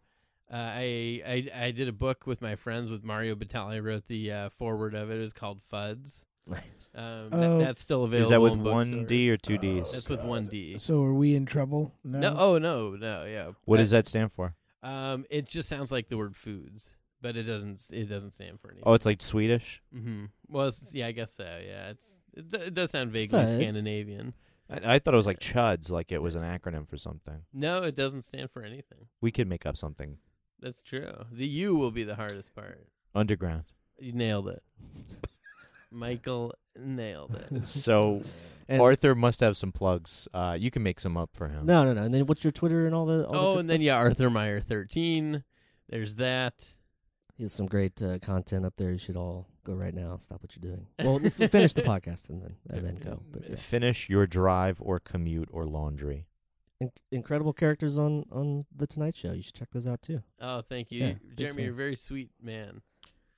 B: uh, I, I I did a book with my friends with Mario Batali. Wrote the uh, forward of it. It was called Fuds. Um, that-
C: Oh.
B: that's still available.
A: Is that with
B: in
A: one
B: bookstores. Uh,
A: D or two D's?
B: That's with one D.
E: So are we in trouble? No.
B: No, oh no, no, yeah.
A: what
B: I-
A: does that stand for?
B: Um, it just sounds like the word foods, but it doesn't. It doesn't stand for anything.
A: Oh, it's like Swedish.
B: hmm Well, it's, yeah, I guess so. Yeah, it's it, d- it does sound vaguely
D: Foods.
B: Scandinavian.
A: I, I thought it was like Chuds, like it was an acronym for something.
B: No, it doesn't stand for anything.
A: We could make up something
B: That's true. The U will be the hardest part.
A: underground.
B: You nailed it. Michael nailed it.
A: So
D: And-
A: Arthur must have some plugs. Uh, you can make some up for him.
D: No, no, no. And then what's your Twitter and all the? All
B: oh,
D: the
B: and then yeah, Arthur Meyer thirteen. There's that.
D: he has some great uh, content up there. You should all go right now. Stop what you're doing. Well, f- finish the podcast and then and then go. But, yeah.
A: Finish your drive or commute or laundry.
D: In- incredible characters on on the Tonight Show. You should check those out too.
B: Oh, thank you,
D: Yeah,
B: You-
D: big
B: Jeremy.
D: fan.
B: You're a very sweet man.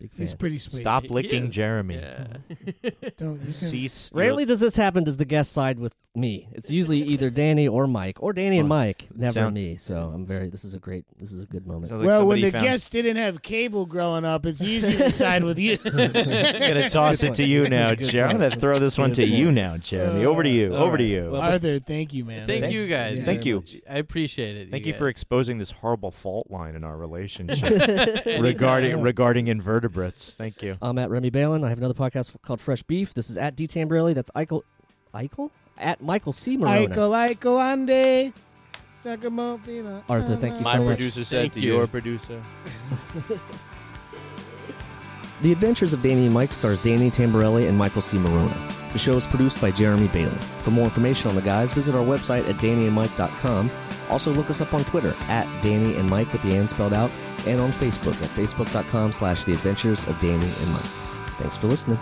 D: Big fan.
C: He's pretty sweet.
A: Stop
B: He
A: licking
B: is.
A: Jeremy.
B: Yeah.
C: Don't you can-
A: Cease. your-
D: Rarely does this happen. Does the guest side with me? It's usually either Danny or Mike, or Danny and
A: Well,
D: Mike. Never
A: sound-
D: me. So I'm very. This is a great. This is a good moment.
A: Sounds like
C: Well, when
A: somebody
C: the
A: found-
C: guests didn't have cable growing up, it's easy to side with you.
A: I'm gonna toss
D: Good
A: it to
D: point.
A: you now,
D: Good point.
A: Jeremy. I'm gonna throw this one to
D: Good
A: you
D: point.
A: now, Jeremy. Over to you.
D: Uh,
A: Over to
D: alright.
A: you.
D: Well,
C: Arthur, thank you, man.
B: Thank you
A: Thanks.
B: guys.
C: Yeah.
A: Thank you.
B: I appreciate it.
A: Thank you
B: guys.
A: for exposing this horrible fault line in our relationship regarding
C: Yeah.
A: regarding invertebrates. Thank you.
D: I'm at Remy Balin. I have another podcast called Fresh Beef. This is at D Tamborelli. That's Eichel. Eichel at Michael C. Marona.
C: Michael, Michael, Ande. Sakamoto,
D: Arthur, thank you
C: Mama.
D: so much.
B: Thank you.
A: producer.
D: The Adventures of Danny and Mike stars Danny Tamborelli and Michael C. Marona. The show is produced by Jeremy Bailey. For more information on the guys, visit our website at dannyandmike.com. Also, look us up on Twitter at Danny and Mike with the and spelled out, and on Facebook at facebook.com slash the adventures of Danny and Mike. Thanks for listening.